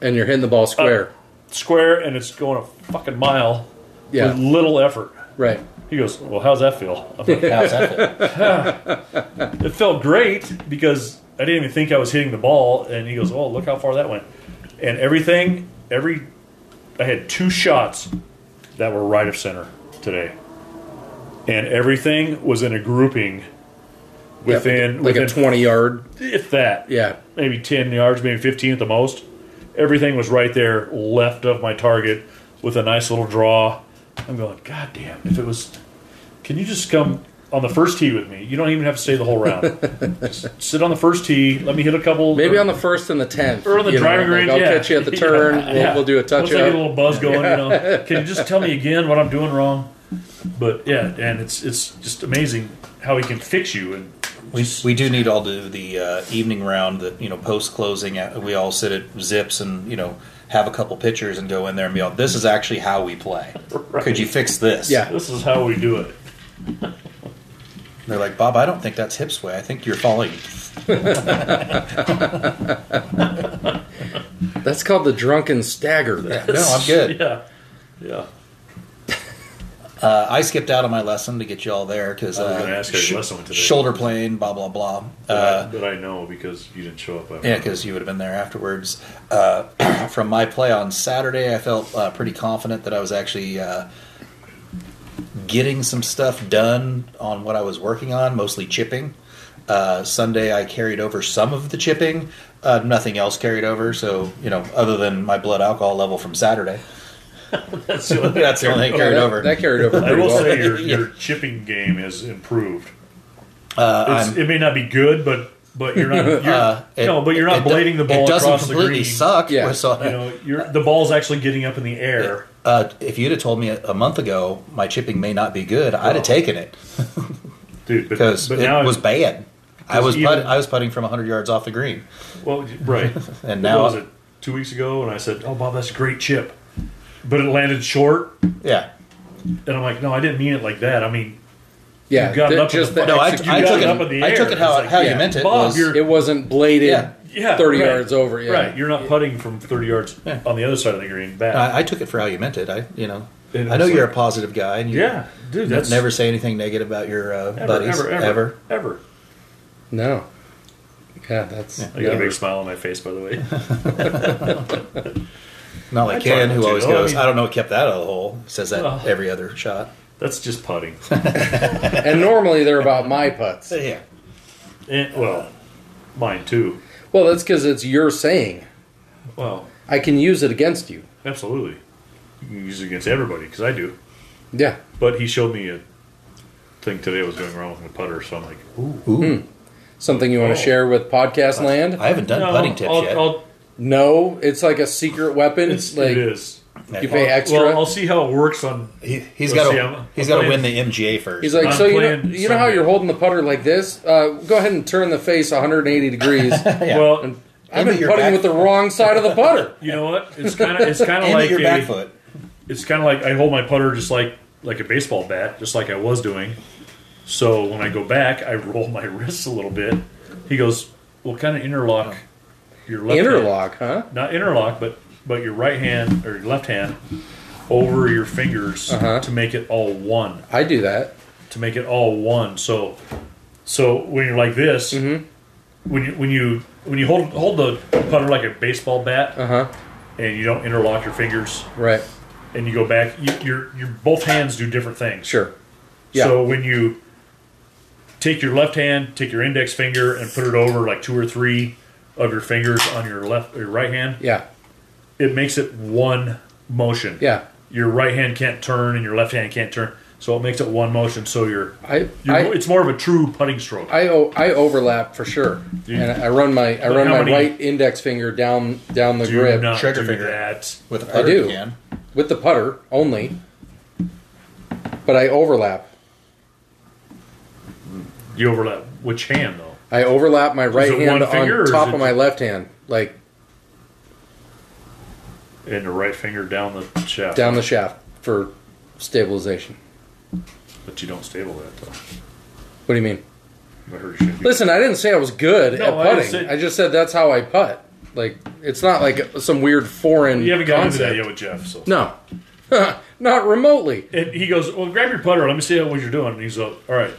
and you're hitting the ball Uh, square square, and it's going a fucking mile yeah with little effort. right He goes, well, how's that feel? I'm like, How's that feel? it felt great because I didn't even think I was hitting the ball. And he goes, "Oh, look how far that went!" And everything, every, I had two shots that were right of center today, and everything was in a grouping within like within a 20 yard if that, yeah maybe ten yards, maybe fifteen at the most. Everything was right there, left of my target, with a nice little draw. I'm going, God damn! If it was, can you just come on the first tee with me? You don't even have to stay the whole round. just sit on the first tee. Let me hit a couple. Maybe on the first and the tenth, or on the you know, driving like, range. I'll yeah. catch you at the turn. Yeah, We'll, yeah. we'll do a Let's touch get a up. little buzz going. You know, can you just tell me again what I'm doing wrong? But yeah, and it's it's just amazing how he can fix you and We, we do need all to do the uh, evening round that you know post closing we all sit at zips and you know have a couple pitchers and go in there and be all this is actually how we play could you fix this Yeah. this is how we do it. they're like bob i don't think that's hip sway i think you're falling That's called the drunken stagger. no i'm good Yeah, yeah. uh, i skipped out on my lesson to get you all there because I was uh, gonna ask you your lesson today. shoulder plane blah blah blah uh, that I know because you didn't show up. I Yeah, because you would have been there afterwards. Uh, from my play on Saturday, I felt uh, pretty confident that I was actually uh, getting some stuff done on what I was working on, mostly chipping. Uh, Sunday, I carried over some of the chipping. Uh, nothing else carried over, so you know, other than my blood alcohol level from Saturday, That's the only- that's the only thing carried that, over. That carried over I pretty will well. say your, your chipping game has improved. Uh, It's, I'm- it may not be good, but but you're not you're, uh, it- no, but you're it not do- blading the ball It doesn't across completely the green. suck. Yeah. so- You know, you're, the ball's actually getting up in the air. uh, if you'd have told me a, a month ago my chipping may not be good, I'd have taken it. dude. But, because but it now was bad. I was even- putt- I was putting from 100 yards off the green. well, right. What And now- was it two weeks ago? And I said, "Oh, Bob, that's a great chip," but it landed short. Yeah. And I'm like, "No, I didn't mean it like that. I mean, Yeah, you got the- up in just the the No, I, I took execution. got it. up in the I took air. it how, It's like, how yeah, you meant it Bob, was. you're- It wasn't bladed Yeah. yeah, thirty right. yards over. Yeah. Right, you're not putting from 30 yards Yeah. on the other side of the green back. I, I took it for how you meant it. I you know It I know was you're like- a positive guy and you yeah, dude, that's never say anything negative about your uh, buddies ever, ever, ever, ever. No. Yeah, that's I got a never- big smile on my face, by the way. Not like I try Ken not who to, always though, I goes. I, mean- don't know what kept that out of the hole. Says that Well. every other shot. That's just putting. and normally they're about my putts. So, yeah. And, Eh, well, mine too. Well, that's because it's your saying. Well, I can use it against you. absolutely. You can use it against everybody because I do. Yeah, But he showed me a thing today I was going wrong with my putter, so I'm like, ooh, Hmm. Ooh. Something you want Oh. to share with podcast land? I haven't done No, putting tips I'll- yet. I'll- No, it's like a secret weapon. it's, like it is. you pay I'll- extra. Well, I'll see how it works on. he, he's Let's got see, to I'm- he's I'm got to win playing- the MGA first. He's like, I'm so you know, playing you know how Sunday. you're holding the putter like this? Uh, go ahead and turn the face 180 degrees. Yeah. Well, I've Aim at been your putting back- with the wrong side of the putter. you know what? It's kind of it's kind of Aim like at your a, back foot. it's kind of like I hold my putter just like like a baseball bat, just like I was doing. So when I go back, I roll my wrists a little bit. He goes, "Well, kind of interlock your left hand." Oh. Interlock, huh? not interlock, but but your right hand or your left hand over your fingers Uh-huh. to make it all one, I do that. to make it all one. So so when you're like this, Mm-hmm. when you when you when you hold hold the putter like a baseball bat Uh huh. and you don't interlock your fingers Right. and you go back, you, your your both hands do different things. Sure. Yeah. So when you take your left hand, take your index finger, and put it over like two or three of your fingers on your left your right hand, yeah. it makes it one motion. Yeah. Your right hand can't turn and your left hand can't turn, so it makes it one motion. So you're, I, you're I, it's more of a true putting stroke. I, o- I overlap for sure, and I run my I run how my many- right index finger down down the do grip not trigger do finger. that. With a I putter, do. you can. with the putter only, but I overlap. You overlap which hand though. I overlap my right it hand one finger or on is top it of my left hand, like And the right finger down the shaft. down the shaft for stabilization. But you don't stable that though. What do you mean? I heard you should do Listen, I didn't say I was good No, I at putting. I, said- just said that's how I putt. Like it's not like some weird foreign. You haven't gotten into concept. that yet with Jeff, so No, not remotely. And he goes, "Well, grab your putter. Let me see what you're doing." And he's like, "All right,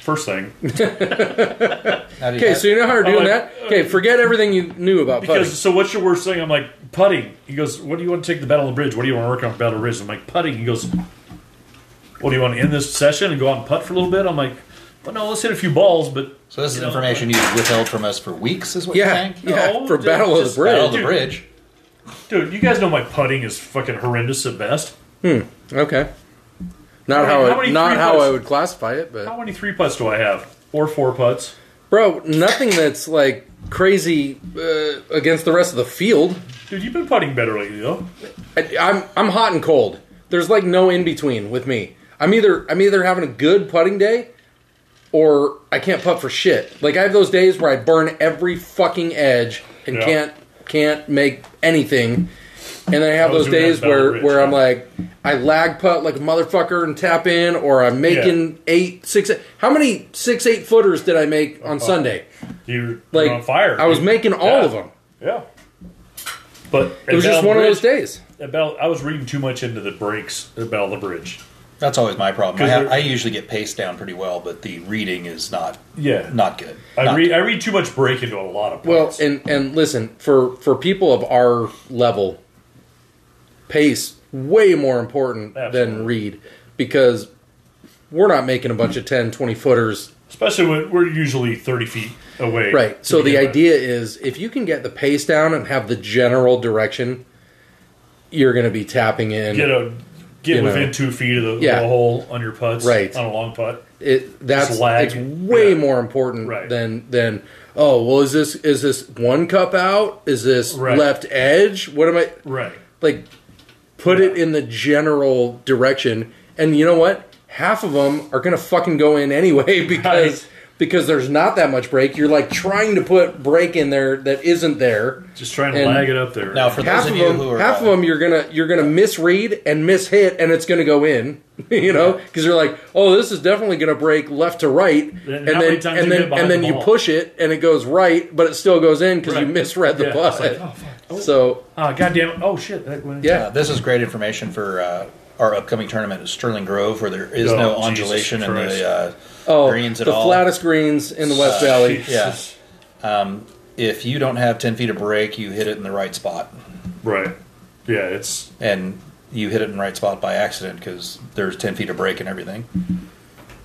first thing, How do you Okay, have- so you know how we're doing like, that. Okay, forget everything you knew about because putting. so what's your worst thing?" I'm like, "Putting." He goes, "What do you want to take the Battle of the Bridge? What do you want to work on for Battle of the Bridge?" I'm like, "Putting." He goes, "What do you want to end this session and go out and putt for a little bit?" I'm like, "Well, no, let's hit a few balls, but So this is you know, information you've withheld from us for weeks, is what Yeah, you're saying? yeah, No, for dude, Battle of the just Battle Bridge. of the Dude. Bridge. dude, you guys know my putting is fucking horrendous at best. Okay, not how, I- How many- how many not three how putts? I would classify it, How but many three putts do I have, or four putts? bro, nothing that's like crazy uh, against the rest of the field. Dude, you've been putting better lately, though. I, I'm I'm hot and cold. There's like no in between with me. I'm either I'm either having a good putting day, or I can't putt for shit. Like I have those days where I burn every fucking edge and Yeah. can't can't make anything. And then I have I was those doing that days at Battle where Ridge, where I'm yeah. like I lag putt like a motherfucker and tap in, or I'm making eight six. How many six eight footers did I make on Sunday? You're, Like you're on fire. I was making all Yeah. of them. yeah. But It was just one of those days. About I was reading too much into the breaks at Battle of the Bridge. That's always my problem. I, 'Cause have, they're- I usually get paced down pretty well, but the reading is not Yeah. not good. I Not read good. I read too much break into a lot of Well, parts. and and listen for for people of our level, pace way more important Absolutely. than read because we're not making a bunch of 10, 20 footers, especially when we're usually thirty feet away. right? to So the begin with. idea is if you can get the pace down and have the general direction, you're going to be tapping in. get a get You know. within two feet of the, Yeah. the hole on your putts, Right. on a long putt. it that's Just lag. it's way Yeah. more important Right. than than oh well is this is this one cup out is this Right. left edge what am I Right. like put it in the general direction and you know what half of them are gonna fucking go in anyway because Right. because there's not that much break you're like trying to put break in there that isn't there Just trying to And- lag it up there. Now, for half of those of you them who are half uh, of them you're gonna you're gonna misread and mishit and it's gonna go in you know because you're like oh this is definitely gonna break left to right and, Then how many then times you and hit then behind and then the you ball? push it and it goes right but it still goes in because Right. you misread the Yeah, putt it's like, oh, fuck. Oh, so ah, goddamn it. Oh, shit. That went in. yeah Uh, this is great information for uh, our upcoming tournament at Sterling Grove, where there is Oh, no Jesus undulation in Christ. the uh, Oh, greens at the all. flattest greens in the West Valley. yeah. Um, if you don't have 10 feet of break, you hit it in the right spot. Right. Yeah, it's And you hit it in the right spot by accident because there's 10 feet of break and everything.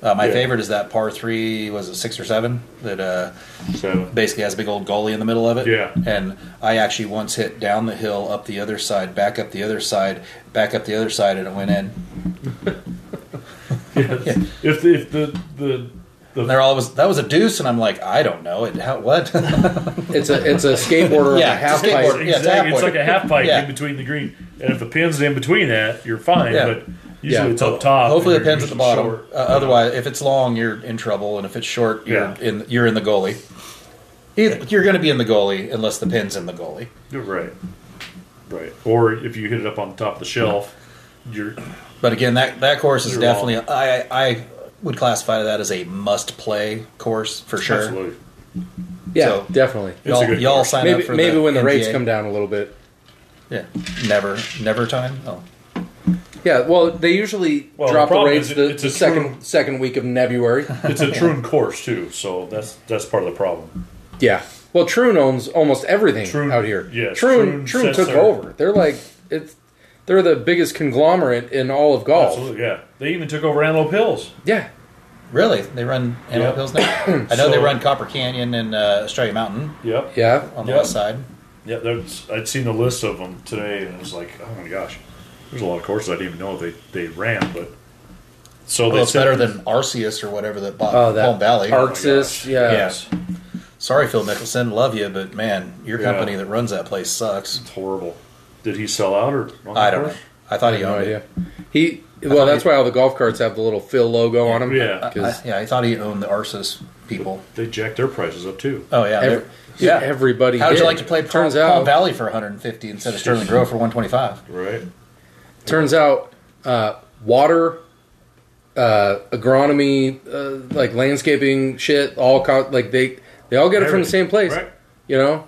Uh, my Yeah. favorite is that par three, was it six or seven? That uh, seven. basically has a big old goalie in the middle of it. Yeah. And I actually once hit down the hill, up the other side, back up the other side, back up the other side, and it went in. If the, if the the the And they're always that was a deuce, and I'm like, I don't know it. How, what? It's a it's a skateboarder Yeah, on a half skateboard. pipe. Yeah, it's Exactly. half it's pipe. like a half pipe Yeah. in between the green. And if the pin's in between that, you're fine. Yeah. But usually Yeah. it's up top. Hopefully, and the you're pin's at the usually bottom. short. Uh, otherwise, if it's long, you're in trouble, and if it's short, you're Yeah. in you're in the goalie. Either, you're going to be in the goalie unless the pin's in the goalie. You're right. Right. Or if you hit it up on top of the shelf, you're But again, that that course is You're definitely I I would classify that as a must play course for sure. absolutely. Yeah, So- definitely. It's a Y'all, good y'all course. sign Maybe up for maybe the when the NCAA. rates come down a little bit. Yeah, never never time. Oh, Yeah, well, they usually Well, the drop the, problem rates is it- the, it's the a second true- second week of February. It's a Troon course too, so that's that's part of the problem. yeah. Well, Troon owns almost everything Troon- out here. yes, Troon Troon Troon sets took their- over. They're like it's they're the biggest conglomerate in all of Oh. golf. Absolutely, yeah. They even took over Antelope Hills. Yeah. really? They run Antelope Yeah. Hills now. I know they So- run Copper Canyon and uh, Australia Mountain Yep. Yeah. on the Yeah. west side. Yeah, there's, I'd seen the list of them today, and I was like, oh my gosh, there's a lot of courses I didn't even know they, they ran. But so Well, they it's said- better than Arceus or whatever that bought Oh, that Palm Valley. Oh my gosh. Arxis, yeah. yes, Sorry, Phil Mickelson, love you, but man, your Yeah. company that runs that place sucks. it's horrible. Did he sell out or? on I the don't know. course? I thought he No owned idea. it. He well, that's why all the golf carts have the little Phil logo on them. Yeah. I, 'Cause yeah, I thought he owned the Arceus people. They jacked their prices up too. Oh yeah, every- they're- yeah, everybody. How would you did. like to play Palm, Turns Palm out, Valley for 150 instead of Sterling Grove for 125? Right. turns out, uh, water, uh, agronomy, uh, like landscaping shit, all co- like they they all get it from the same place. Right. You know,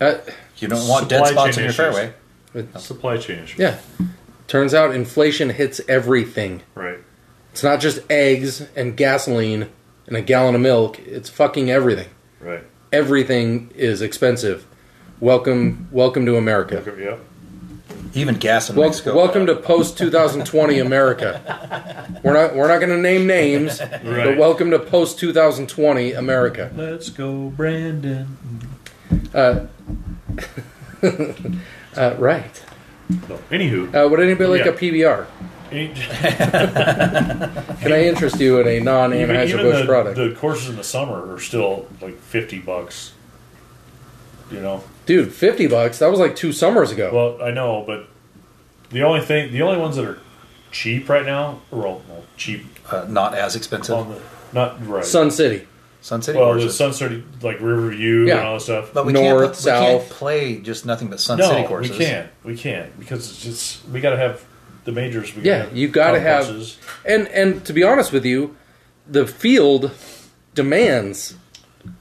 uh, You don't want dead Supply spots in chain your issues. fairway. Supply chain issue. yeah. Turns out, inflation hits everything. Right. It's not just eggs and gasoline and a gallon of milk. It's fucking everything. Right. Everything is expensive. Welcome, welcome to America. Okay, Yep. Even gas in Wel- Mexico. welcome to post 2020 America. We're not we're not going to name names, but Right. welcome to post 2020 America. Let's go, Brandon. Uh, right. No. Anywho, Uh, would anybody like Yeah. a PBR? any- Can I interest you in a non even, Anheuser even Busch the, product, the courses in the summer are still like fifty bucks. You know. dude? 50 bucks. That was like two summers ago. Well, I know, but the only thing, the only ones that are cheap right now, or well, no, cheap uh, not as expensive. on the not right. Sun City. Sun City well, the courses. Sun City, like Riverview Yeah. and all that stuff. but we North, can't, put- we south. can't play just nothing but Sun no, City courses. we can't. We can't because it's just we got to have the majors. We Yeah, you got to top have. courses. And and to be honest with you, the field demands.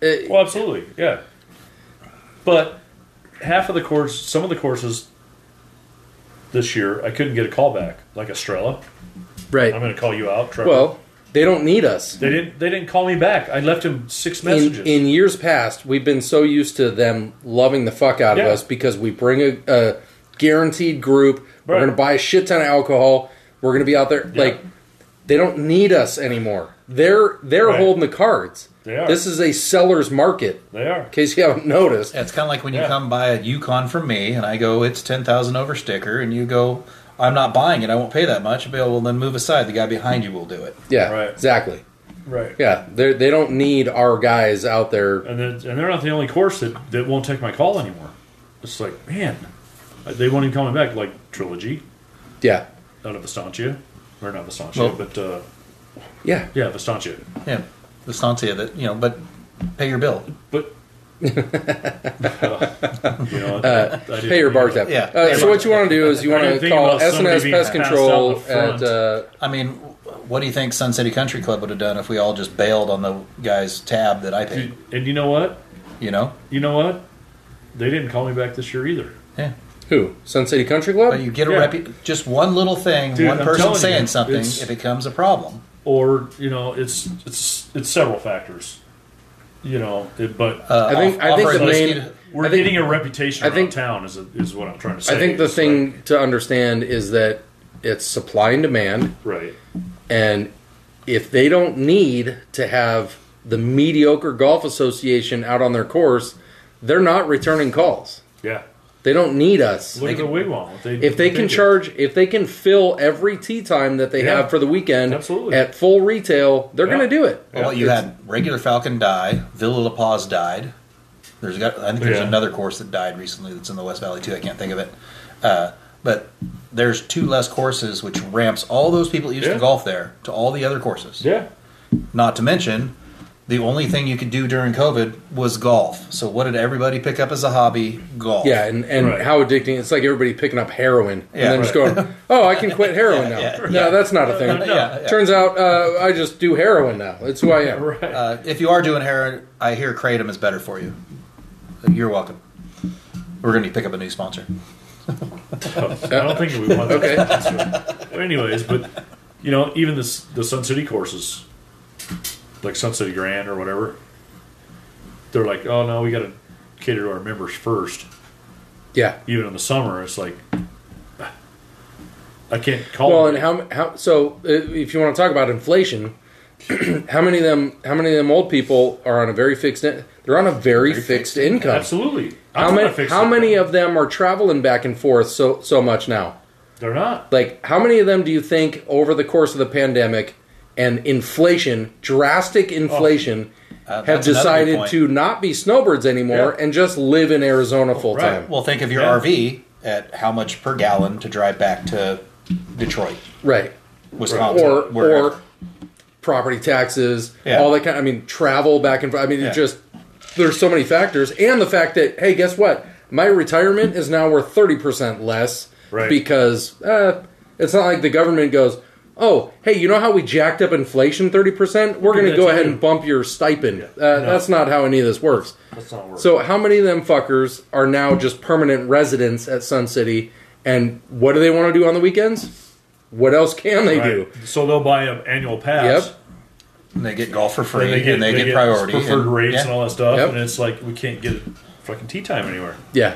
Uh, Well, absolutely, yeah. But half of the course, some of the courses this year, I couldn't get a call back. Like Estrella, I'm right. going to call you out. Trevor. Well, they don't need us. they didn't. They didn't call me back. I left him six messages. in, in years past, we've been so used to them loving the fuck out of Yeah. us because we bring a, a guaranteed group. We're Right. going to buy a shit ton of alcohol. We're going to be out there. Yeah. Like they don't need us anymore. They're they're Right. holding the cards. They are. This is a seller's market. they are. In case you haven't noticed, It's kind of like when you Yeah. come buy a Yukon from me, and I go, "It's ten thousand over sticker," and you go, "I'm not buying it. I won't pay that much." Bill, well, then move aside. The guy behind you will do it. yeah, Right. exactly. Right. Yeah, they they don't need our guys out there. And, then, and they're not the only course that, that won't take my call anymore. It's like, man, they won't even call me back. Like Trilogy Yeah, out of Estancia. Or not Estancia, Well- but uh, yeah. yeah, Estancia. Yeah, the Stancia that you know, but pay your bill. But, you know, I, I Uh, Pay your bar tab. Yeah. Uh, so what you want to do is you I want didn't to think call about somebody SNS being Pest passed out Control in the at front. uh, I mean, what do you think Sun City Country Club would have done if we all just bailed on the guy's tab that I paid? And you know what? You know? You know what? They didn't call me back this year either. Yeah. who Sun City Country Club. But you get a Yeah. repu- just one little thing, Dude, one I'm person telling you, saying something, it's- it becomes a problem. Or you know, it's it's it's several factors. You know, it, but Uh, I think- off- I think offering the main- whiskey to- we're I think- getting a reputation I think- around town is is what I'm trying to say. I think the It's thing to understand is that it's supply and demand, like- right? and if they don't need to have the mediocre golf association out on their course, they're not returning calls. Yeah. They don't need us. Look They at the can- wigwam. They, If they can do. charge, if they can fill every tea time that they Yeah. have for the weekend Absolutely. at full retail, they're Yeah. going to do it. Well, Oh, you had regular Falcon die, Villa La Paz died. There's got I think there's Yeah. another course that died recently that's in the West Valley too. I can't think of it. Uh, but there's two less courses, which ramps all those people that used Yeah. to golf there to all the other courses. Yeah. Not to mention, the only thing you could do during COVID was golf. So what did everybody pick up as a hobby? Golf. Yeah, and, and Right. how addicting. It's like everybody picking up heroin and Yeah, then just right. going, oh, I can quit heroin now. yeah, no, yeah. that's not a thing. Yeah, yeah. Turns out uh, I just do heroin now. That's who I am. Right. Uh, if you are doing heroin, I hear kratom is better for you. You're welcome. We're going to pick up a new sponsor. I don't think we want Okay. that. But anyways, but you know, even this the Sun City courses, like Sun City Grand or whatever, they're like, oh no, we got to cater to our members first. Yeah. Even in the summer, it's like I can't call. Well, them. and how how so? uh, If you want to talk about inflation, how many of them? How many of them old people are on a very fixed? in- They're on a very, fixed, income. absolutely. How I'm not many? fixing How it. many of them are traveling back and forth so so much now? They're not. Like, how many of them do you think over the course of the pandemic and inflation, drastic inflation, have that's another good decided point. to not be snowbirds anymore Yeah. and just live in Arizona full right. time? Well, think of your Yeah. RV at how much per gallon to drive back to Detroit, Right. Wisconsin, or wherever. or property taxes, Yeah. all that kind. I mean, travel back and forth. I mean, it Yeah. just there's so many factors, and the fact that hey, guess what? My retirement is now worth thirty percent less Right. because uh, it's not like the government goes. Oh, hey, you know how we jacked up inflation 30%? We're going to that go to ahead you. and bump your stipend. Uh, No. That's not how any of this works. That's not working. So, how many of them fuckers are now just permanent residents at Sun City? And what do they want to do on the weekends? What else can they do? Right. So they'll buy an annual pass. Yep. and they get golf for free, And they get, and they, get, priority preferred and- rates yeah. and all that stuff, Yep. and it's like we can't get fucking tea time anywhere. Yeah.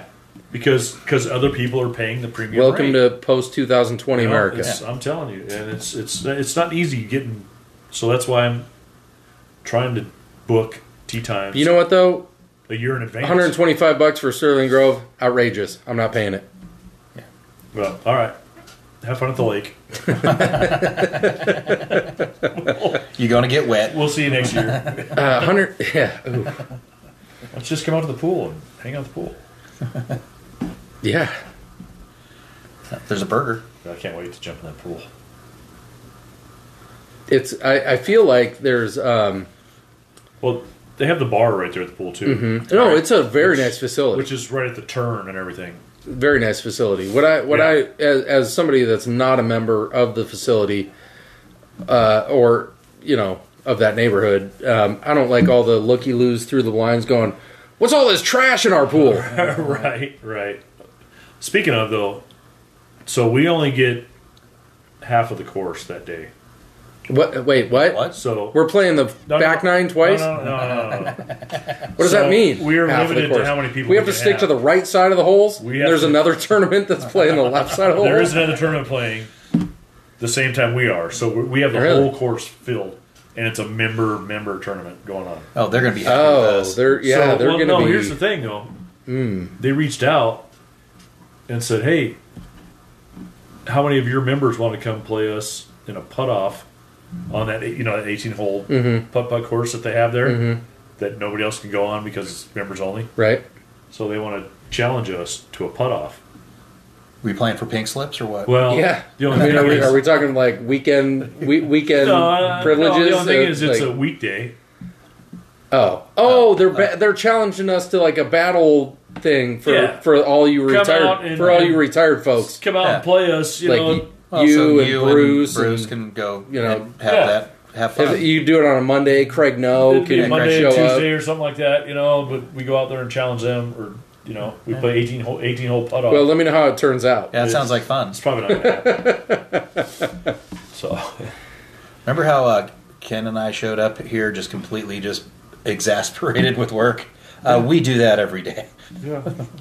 because because other people are paying the premium. Welcome rate. to post 2020 You know, America. it's- I'm telling you, and it's it's it's not easy getting. So that's why I'm trying to book tea times. You know what though? a year in advance. 125 bucks for Sterling Grove, outrageous. I'm not paying it. Well, all right. Have fun at the lake. You're going to get wet. We'll see you next year. Uh, 100, yeah, ooh, Let's just come out to the pool and hang out at the pool. yeah. There's a burger. I can't wait to jump in that pool. It's I, I feel like there's um Well, they have the bar right there at the pool too. no, Right? it's a very Which- nice facility. which is right at the turn and everything. very nice facility. What I what Yeah. I as, as somebody that's not a member of the facility, uh, or you know of that neighborhood, um, I don't like all the looky loos through the blinds going. What's all this trash in our pool? right, right. Speaking of though, so we only get half of the course that day. What? Wait, what? What? So We're playing the No, no, back nine no, twice. No, no, no, no, no. What does So that mean? we are Half of the limited to course. how many We people we have to can stick to have. the right side of the holes. We and have there's to- another tournament that's playing the left side of the there hole. is another tournament playing the same time we are. So we we have the Really? whole course filled, and it's a member member tournament going on. Oh, they're going to be happy with oh, us. they're yeah, So, they're well, gonna no, be. Hmm. Here's the thing, though. They reached out and said, "Hey, how many of your members want to come play us in a putt off on that you know that 18 hole Mm-hmm. putt putt course that they have there that nobody else can go on because it's members only? right. So they want to challenge us to a putt off. we playing for pink slips or what? Well, Yeah. The I only mean, thing are we, is, are we talking like weekend we, weekend uh, privileges? No, the only thing Uh, is it's Uh, like- a weekday. oh oh they're ba- they're challenging us to like a battle thing for Yeah. for all you Come retired out and- for all you and- retired folks. Come out Yeah. and play us. You Like know, Well, you, Oh, so and Bruce, and Bruce can go. you know, and have Yeah. that. Have fun. if you do it on a Monday, Craig No It'd be can Monday show or up. Tuesday or something like that, you know. But we go out there and challenge them, or you know, we play eighteen hole eighteen hole putt off. Well, let me know how it turns out. yeah, that sounds like fun. it's probably not going to happen. so Remember how uh, Ken and I showed up here just completely just exasperated with work? Uh, we do that every day. yeah.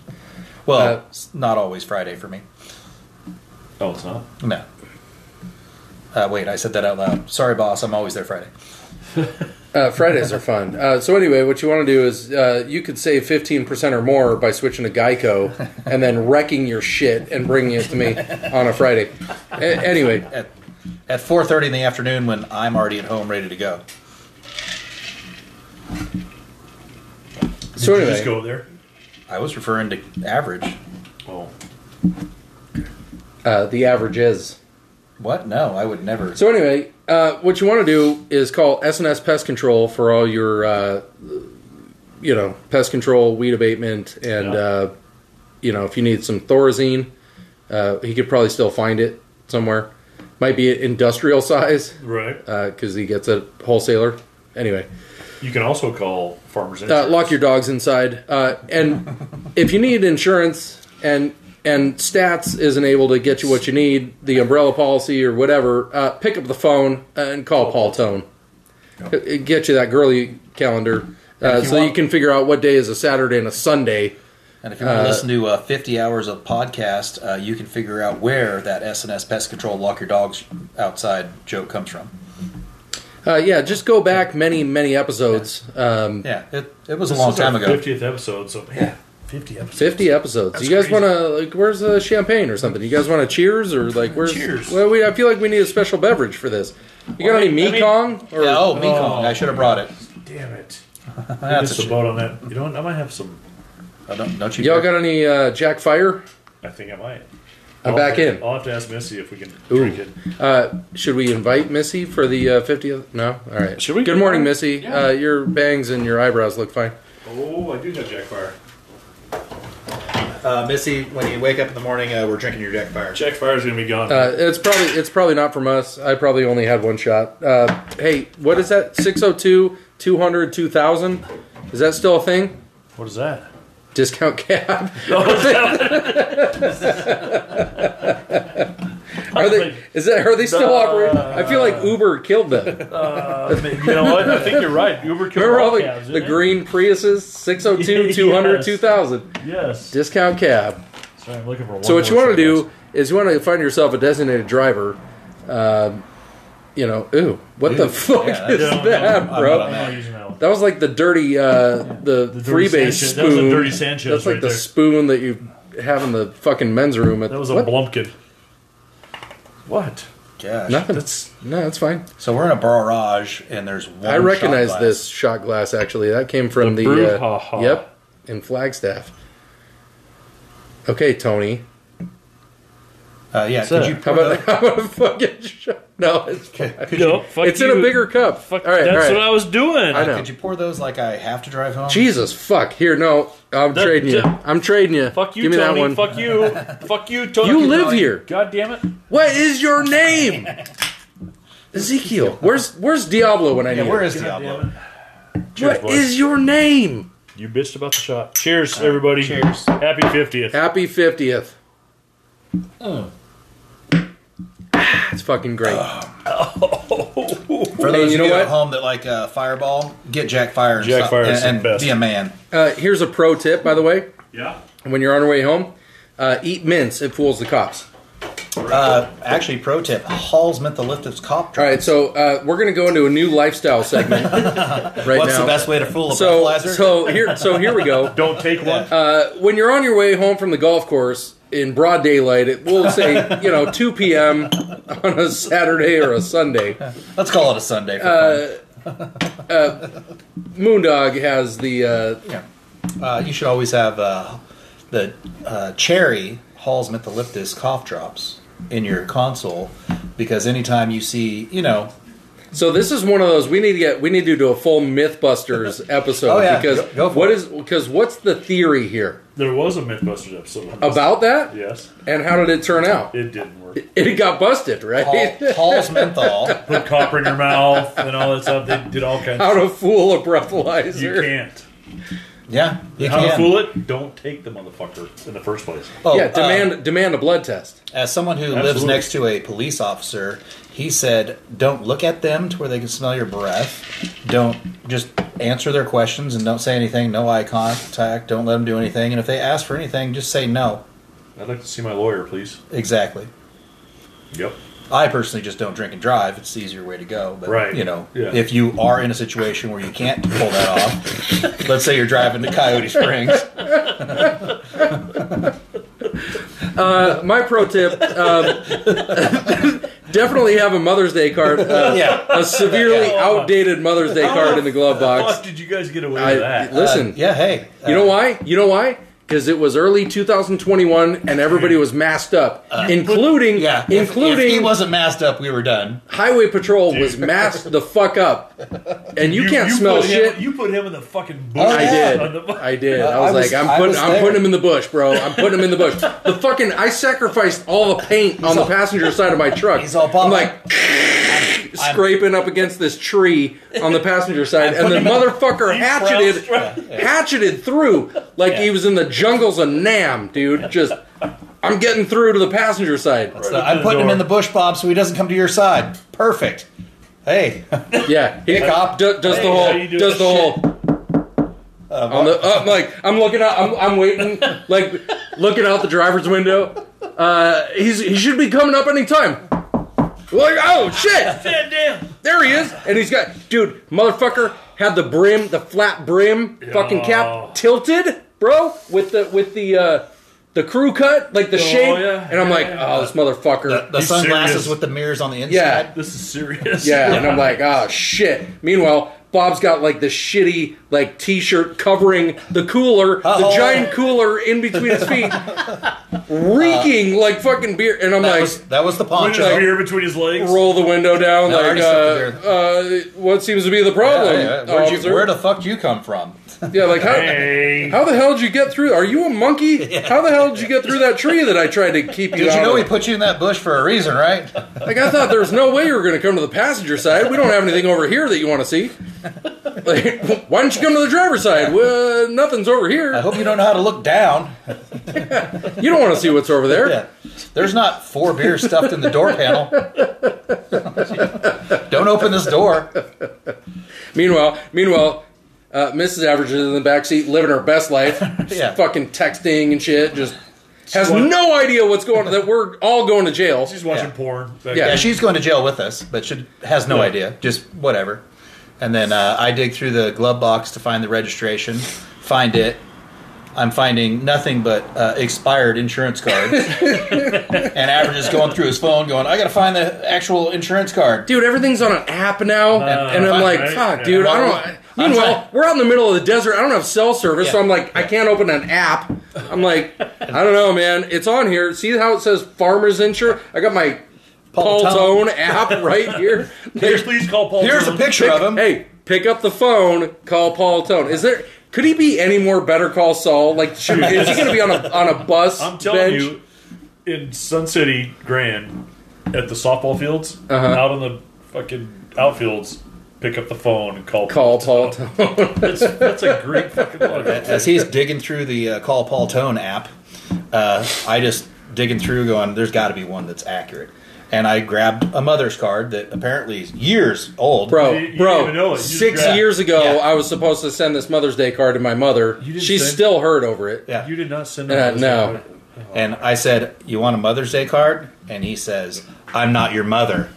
Well, Uh, it's not always Friday for me. Oh, it's not. No. Uh, wait, I said that out loud. Sorry, boss. I'm always there Friday. Uh, Fridays are fun. Uh, so anyway, what you want to do is uh, you could save fifteen percent or more by switching to Geico and then wrecking your shit and bringing it to me on a Friday. A- anyway, at at four thirty in the afternoon when I'm already at home ready to go. Did so you just anyway, go there? I was referring to average. Oh, uh, the average is. What? No, I would never. So anyway, uh, what you want to do is call S&S Pest Control for all your, uh, you know, pest control, weed abatement, and Yeah. uh, you know, if you need some Thorazine, uh, he could probably still find it somewhere. Might be industrial size right. because uh, he gets a wholesaler. Anyway, You can also call Farmers uh, Insurance. lock your dogs inside. Uh, and if you need insurance and and stats isn't able to get you what you need, the umbrella policy or whatever, uh, pick up the phone and call Paul Tone. It- it Get you that girly calendar uh, if you so you want- can figure out what day is a Saturday and a Sunday. And if you want to listen to uh, 50 hours of podcast, uh, you can figure out where that SNS pest control lock your dogs outside joke comes from. Uh, yeah, just go back many many episodes. Um, Yeah, it, it was This a long is our time ago. 50th episode, so man, 50 episodes. 50 episodes. That's you guys crazy. want to like where's the champagne or something? You guys want to cheers or like where's Cheers. Well, we, I feel like we need a special beverage for this. You got Well, I any mean- I mean- Mekong or Yeah, oh, Oh. Mekong. I should have brought it. Damn it. I That's a missed the shame. boat on that. You know what? I might have some. Oh, don't, don't you Y'all dare. got any uh, Jack Fire? I think I might. I'm I'll back have to- in. I'll have to ask Missy if we can Ooh. drink it. Uh, should we invite Missy for the uh, 50th? No? All right. Should we? Good morning, Missy. Yeah. Uh, your bangs and your eyebrows look fine. Oh, I do have Jack Fire. Uh, Missy, when you wake up in the morning, uh, we're drinking your Jack Fire. Jack Fire's gonna be gone. Uh, it's probably it's probably not from us. I probably only had one shot. Uh, hey, what is that? 602 200 2000? Is that still a thing? what is that? Discount cab. Oh, Are they? Is that? Are they still operating? I feel like Uber killed them. Uh, you know what? I think you're right. Uber killed Remember all all the, cabs, the didn't it? green Priuses, 602, 200, Yes. 2000, Yes. discount cab. Sorry, I'm looking for one. So what you more want to shout-outs. do is you want to find yourself a designated driver. Um, you know, ooh, what the Ooh, fuck yeah, is that's- that, I'm bro? not I'm not using that one. that was like the dirty, uh, the, The dirty freebase Sanchez- spoon. That was a dirty Sanchez That's like right the there. spoon that you have in the fucking men's room. At, That was a what? blumpkin. What? Gosh. Nothing. That's no, that's fine. So we're in a barrage, and there's one. I shot recognize glass. this shot glass actually. That came from the, The uh, brouhaha. yep in Flagstaff. Okay, Tony. Uh, yeah, could that? you How about how about a fucking shot? No, it's could, no. you, Fuck it's in a you. bigger cup. Fuck. all right, that's all right. what I was doing. I know. could you pour those like I have to drive home? Jesus fuck. Here, no, I'm That- trading you. that- I'm trading you. Fuck you, Give me Tony. that one. Fuck you. Fuck you, Tony. you live here. God damn it. What is your name? Ezekiel. Where's Where's Diablo when I Yeah, need where him? is Diablo? Cheers, What boys. is your name? You bitched about the shot. Cheers, everybody. Cheers. Happy 50th. Happy fiftieth. Oh. Ah, It's fucking great. For those you of know you what? at home that like uh, Fireball, get Jack Fire and Jack stop- Fire is and, the and best. be a man. Uh, here's a pro tip, by the way. Yeah. When you're on your way home, uh, eat mints. It fools the cops. Uh, actually, pro tip: Hall's mentholithic's cop. All Drive. right, so uh, we're going to go into a new lifestyle segment right What's now. the best way to fool a so, breathalyzer? so here, so here we go. Don't take one. Uh, when you're on your way home from the golf course in broad daylight, it will say you know 2 p.m. on a Saturday or a Sunday. Let's call it a Sunday. For uh, Moondog has the uh, fun. Yeah. Uh, you should always have uh, the uh, cherry Hall's mentholithic's cough drops in your console because anytime you see, you know, So this is one of those we need to get we need to do a full MythBusters episode Oh, yeah. because Go- go for what it. is because what's the theory here there was a Mythbusters episode. on this. about that Yes. and how did it turn out? It didn't work. It got busted, right? Hall, Hall's menthol. Put copper in your mouth and all that stuff. They did all kinds How of to fool a stuff. You breathalyzer? can't. Yeah, you How can. to fool it? Don't take the motherfucker in the first place. Oh, Yeah, uh, demand demand a blood test. As someone who lives Absolutely. next to a police officer, he said, "Don't look at them to where they can smell your breath. Don't just answer their questions and don't say anything. No eye contact. Don't let them do anything. And if they ask for anything, just say no." I'd like to see my lawyer, please. Exactly. Yep. I personally just don't drink and drive. It's the easier way to go. But Right. you know, Yeah. if you are in a situation where you can't pull that off, let's say you're driving to Coyote Springs. Uh, my pro tip: um, definitely have a Mother's Day card, uh, yeah. a severely Yeah. outdated Mother's Day card in the glove box. Fuck, did you guys get away I- with that? listen, Uh, yeah. Hey. you know uh, why? You know why? Because it was early 2021 and everybody was masked up, including Uh, Yeah. If- including if he wasn't masked up, we were done. Highway Patrol was masked the fuck up, and you, can't smell put shit. Him, you put him in the fucking bush. Oh, I yeah. did. On the, I did. Uh, I was I like, was- I I'm putting, was I'm there. putting him in the bush, bro. I'm putting him in the bush. The fucking, I sacrificed all the paint on the passenger side of my truck. He's all I'm bummed. like scraping up against this tree on the passenger side, and the motherfucker You trounced hatcheted, right- hatcheted through like he Yeah. was in the jungles of Nam, dude. Just, I'm getting through to the passenger side. So I'm the putting him door. in the bush, Bob, so he doesn't come to your side. Perfect. Hey. Yeah, Hey, cop. do- does Hey, the how whole, you doing? does the Shit. whole. on the uh, like I'm looking out I'm, I'm waiting like looking out the driver's window uh he's he should be coming up anytime like oh shit God damn. there he is and he's got dude motherfucker had the brim the flat brim fucking Yeah. cap tilted bro with the with the uh the crew cut like the shape Oh, yeah. and I'm Yeah, like yeah. oh this motherfucker The He's sunglasses serious. with the mirrors on the inside. Yeah. This is serious. Yeah, and I'm like, ah, shit. Meanwhile, Bob's got like the shitty like T-shirt covering the cooler, the Uh-oh. giant cooler in between his feet, reeking like fucking beer. And I'm That like, was that was the Put his poncho. beer between his legs. roll the window down, No, I like, already stepped uh, uh, what seems to be the problem, Yeah, yeah. Where'd officer? you, where the fuck you come from? yeah, like how. Hey. How the hell did you get through? Are you a monkey? How the hell did you get through that tree that I tried to keep you Did out you know of? we put you in that bush for a reason, right? Like I thought, there was no way you were going to come to the passenger side. We don't have anything over here that you want to see. Like, why don't you come to the driver's side? Well, nothing's over I here. hope you don't know how to look down. You don't want to see what's over there. Yeah. There's not four beers stuffed in the door panel. don't open this door. Meanwhile, meanwhile, uh, Mrs. Average is in the back seat living her best life, just Yeah. fucking texting and shit. Just has Slut. no idea what's going on. That we're all going to jail. She's watching Yeah. porn. Back Yeah. Yeah, then. she's going to jail with us, but she has no Yeah. idea. Just whatever. And then uh, I dig through the glove box to find the registration, find it. I'm finding nothing but uh, expired insurance cards. and Average is going through his phone, going, "I got to find the actual insurance card." Dude, everything's on an app now, and I'm fuck, like, Uh, right? fuck, Yeah. dude, I Well, don't. I'm Meanwhile, trying- we're out in the middle of the desert. I don't have cell service, so Yeah. I'm like, I can't open an app. I'm like, I don't know, man. It's on here. See how it says Farmers Insurance? I got my Paul Paul Tone. Tone app right here. Here, please call Paul. Here's a Jones. picture of him. hey, pick up the phone. Call Paul Tone. Is there? Could he be any more Better Call Saul? Like, shoot, is he going to be on a on a bus? I'm telling bench? you, in Sun City Grand, at the softball fields, Uh-huh. out on the fucking outfields, pick up the phone and call. Call Paul Tone. That's, that's a great fucking look. As he's digging through the uh, Call Paul Tone app, uh, I just digging through, going, "There's got to be one that's accurate." And I grabbed a mother's card that apparently is years old. Bro, You- you bro, didn't even know it. You just six grabbed- years ago, Yeah. I was supposed to send this Mother's Day card to my mother. You didn't She's send- still hurt over it. Yeah. You did not send Uh, that. no. And I said, You want a Mother's Day card? And he says, I'm not your mother.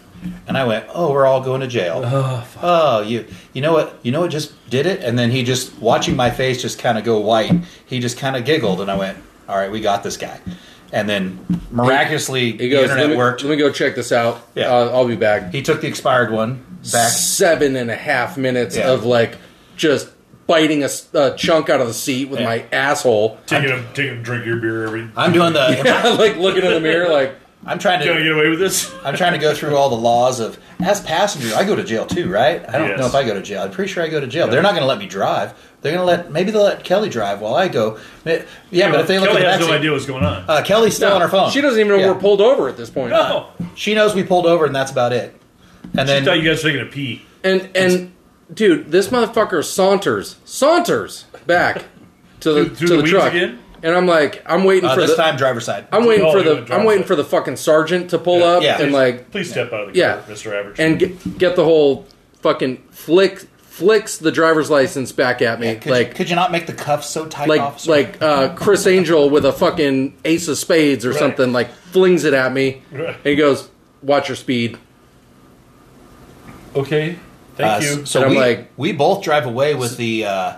And I went, Oh, we're all going to jail. Oh, you you know what you know what just did it? And then he just watching my face just kinda go white, he just kinda giggled and I went, All right, we got this guy. And then miraculously He the goes, internet let me, worked. let me go check this out. Yeah. Uh, I'll be back. He took the expired one back. Seven and a half minutes Yeah. of like just biting a, s- a chunk out of the seat with Yeah. my asshole. Take him, take him, drink your beer every. I'm doing the like looking in the mirror, like, I'm trying Can I to get away with this? I'm trying to go through all the laws of as passenger. I go to jail too, right? I don't Yes. know if I go to jail. I'm pretty sure I go to jail. They're not going to let me drive. They're going to let maybe they'll let Kelly drive while I go. Ma- Yeah, but if they look Kelly at has the backseat, no idea what's going on. uh, Kelly's still on her phone. She doesn't even know Yeah. we're pulled over at this point. no, She knows we pulled over, and that's about it. And I thought then you guys were taking a pee. And and dude, this motherfucker saunters saunters back to the Through- through to the the, weeds truck. again? And I'm like, I'm waiting uh, for this the time driver's side. I'm waiting Oh, for you the went drive I'm waiting side. for the fucking sergeant to pull Yeah. up Yeah. and like Please step out of the Yeah. car, Mr. Average. and get, get the whole fucking flick flicks the driver's license back at me could, you- like could you not make the cuffs so tight, like officer? like uh, Chris Angel with a fucking ace of spades or something like flings it at me Right. and he goes watch your speed. Okay. Thank Uh, you. So And I'm we, like- we both drive away with the. Uh,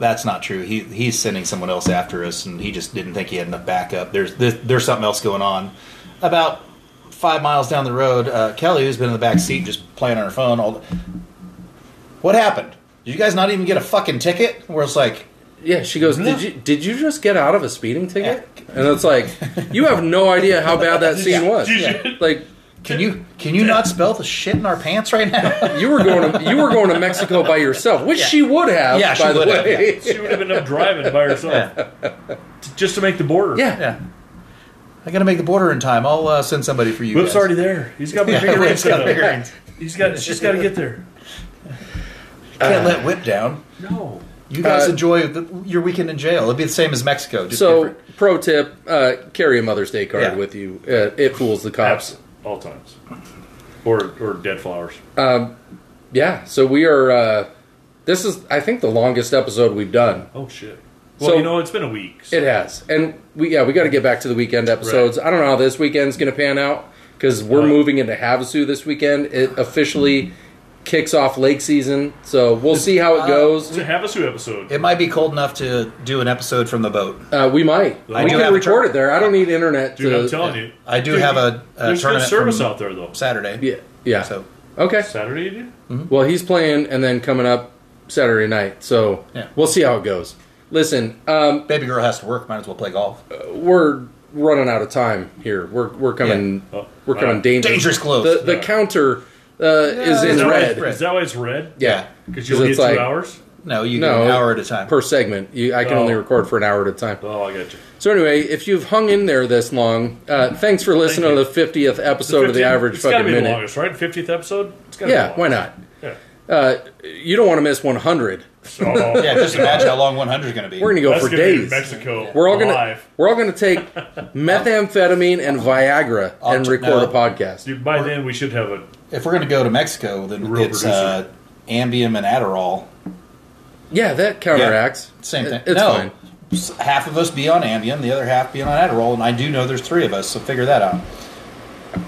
that's not true. He he's sending someone else after us, and he just didn't think he had enough backup. There's there, there's something else going on. About five miles down the road, uh, Kelly, who's been in the back seat just playing on her phone, all. The, what happened? Did you guys not even get a fucking ticket? Where it's like, Yeah, she goes, No. Did you did you just get out of a speeding ticket? And it's like, you have no idea how bad that scene Yeah. was. Yeah. Like can you can you not spell the shit in our pants right now? you were going to you were going to Mexico by yourself, which she would have Yeah, she by the would have, way. she would have ended up driving by herself t- just to make the border. Yeah. yeah. I gotta make the border in time. I'll uh, send somebody for you. Whip's guys. already there. He's got my Yeah, figurines. Whip's got set up. figurines. He's got. She's got to get there. Can't let Whip down. No. You guys Uh, enjoy the, your weekend in jail. It'd be the same as Mexico. Just So, different. pro tip: uh, carry a Mother's Day card Yeah. with you. Uh, it fools the cops. Abs all times, or or dead flowers. Yeah. So we are. Uh, this is, I think, the longest episode we've done. Oh shit. Well, So- you know, it's been a week. so- It has, and we yeah, we got to get back to the weekend episodes. I don't know how this weekend's going to pan out because we're Uh, Right. moving into Havasu this weekend. It officially kicks off lake season, so we'll see how it it's goes. a Havasu episode. it might be cold enough to do an episode from the boat. Uh, we might. I we do can have a record tur- it there. I don't need internet Dude, to. I'm telling you. I do Dude, have a- a there's good tournament service from- out there though. Saturday. yeah. Yeah. So okay. Saturday, you do? Well, he's playing, and then coming up Saturday night. So Yeah. we'll see how it goes. Listen, um, baby girl has to work. Might as well play golf. we're running out of time here. We're we're coming. Yeah. Oh, we're coming wow. dangerous. Dangerous close. The the counter uh, is in that why it's- red. Is that why it's red? Yeah, Because Because you'll get it's two like- hours. No, you No. get an hour at a time. per segment. You, I can Oh. only record for an hour at a time. Oh, I got you. So anyway, if you've hung in there this long, uh, thanks for listening you. to the fiftieth episode of the 15 average it's fucking gotta be minute. The longest, right? Fiftieth episode. It's gotta Yeah, be the why longest. not? Yeah. Uh, you don't want to miss one hundred. So, yeah, just imagine how long 100 is going to be. We're gonna go Oh. that's for gonna be in days. Mexico. We're all gonna live. we're all gonna take methamphetamine and Viagra and Oct- record a no. podcast. Dude, by then we should have a if we're going to go to Mexico, then Real it's producer. uh, Ambien and Adderall. Yeah, that counteracts. Same thing. It- It's no. fine. S- Half of us be on Ambien, the other half be on Adderall, and I do know there's three of us, so figure that out.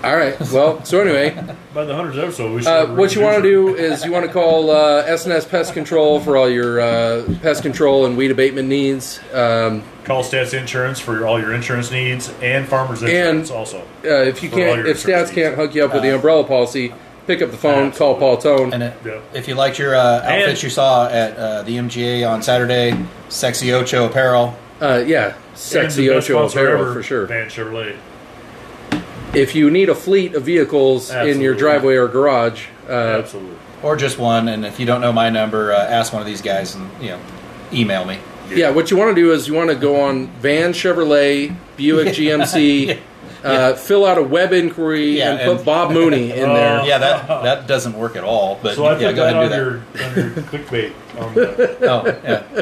All right. Well, so anyway, by the hundredth episode. We should uh, have a what you reproducer. want to do is you want to call uh, S&S Pest Control for all your uh, pest control and weed abatement needs. Um, Call Stats Insurance for all your insurance needs and Farmers Insurance also. uh, if you For all can't, your Uh, if insurance stats needs. can't hook you up with the umbrella policy, pick up the phone, call Paul Tone. And it, Yeah. if you liked your uh, outfit And- you saw at uh, the MGA on Saturday, Sexy Ocho Apparel, uh, yeah, sexy And the best Ocho sponsor apparel ever, for sure. Van Chevrolet. If you need a fleet of vehicles in your Absolutely. driveway or garage, uh, Absolutely. or just one. And if you don't know my number, uh, ask one of these guys and you know, email me. yeah, what you want to do is you want to go on Van Chevrolet, Buick GMC, Uh, fill out a web inquiry, Yeah, and, put and- Bob Mooney in there. Oh. Yeah, that that doesn't work at all. But So I put yeah, go that ahead on and do your, on your clickbait. um, On the, that. oh,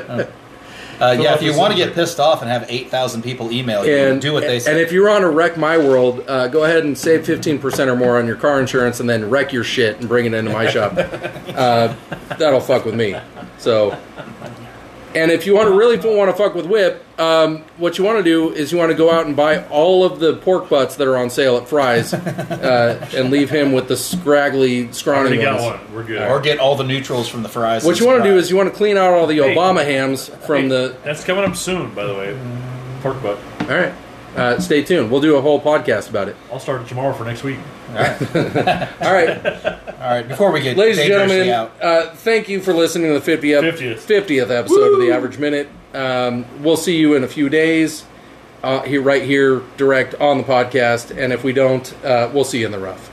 yeah. Oh. Uh, yeah, out if you the want to survey. get pissed off and have eight thousand people email you, and do what they And say. if you're on a wreck my world, uh, go ahead and save fifteen percent or more on your car insurance, and then wreck your shit and bring it into my shop. Uh, that'll fuck with me. So, and if you want to really want to fuck with Whip, um, what you want to do is you want to go out and buy all of the pork butts that are on sale at Fry's, uh, and leave him with the scraggly, scrawny already got ones. one. We're good. or get all the neutrals from the fries. What you want to do is you want to clean out all the Hey. Obama hams from Hey, the. that's coming up soon, by the way. Pork butt. All right, uh, stay tuned. We'll do a whole podcast about it. I'll start it tomorrow for next week. All right. all right before we get Ladies and dangerously gentlemen, out. uh, thank you for listening to the 50th, 50th. 50th episode of The Average Minute. Um, we'll see you in a few days uh, here, right here, direct on the podcast. And if we don't, uh, we'll see you in the rough.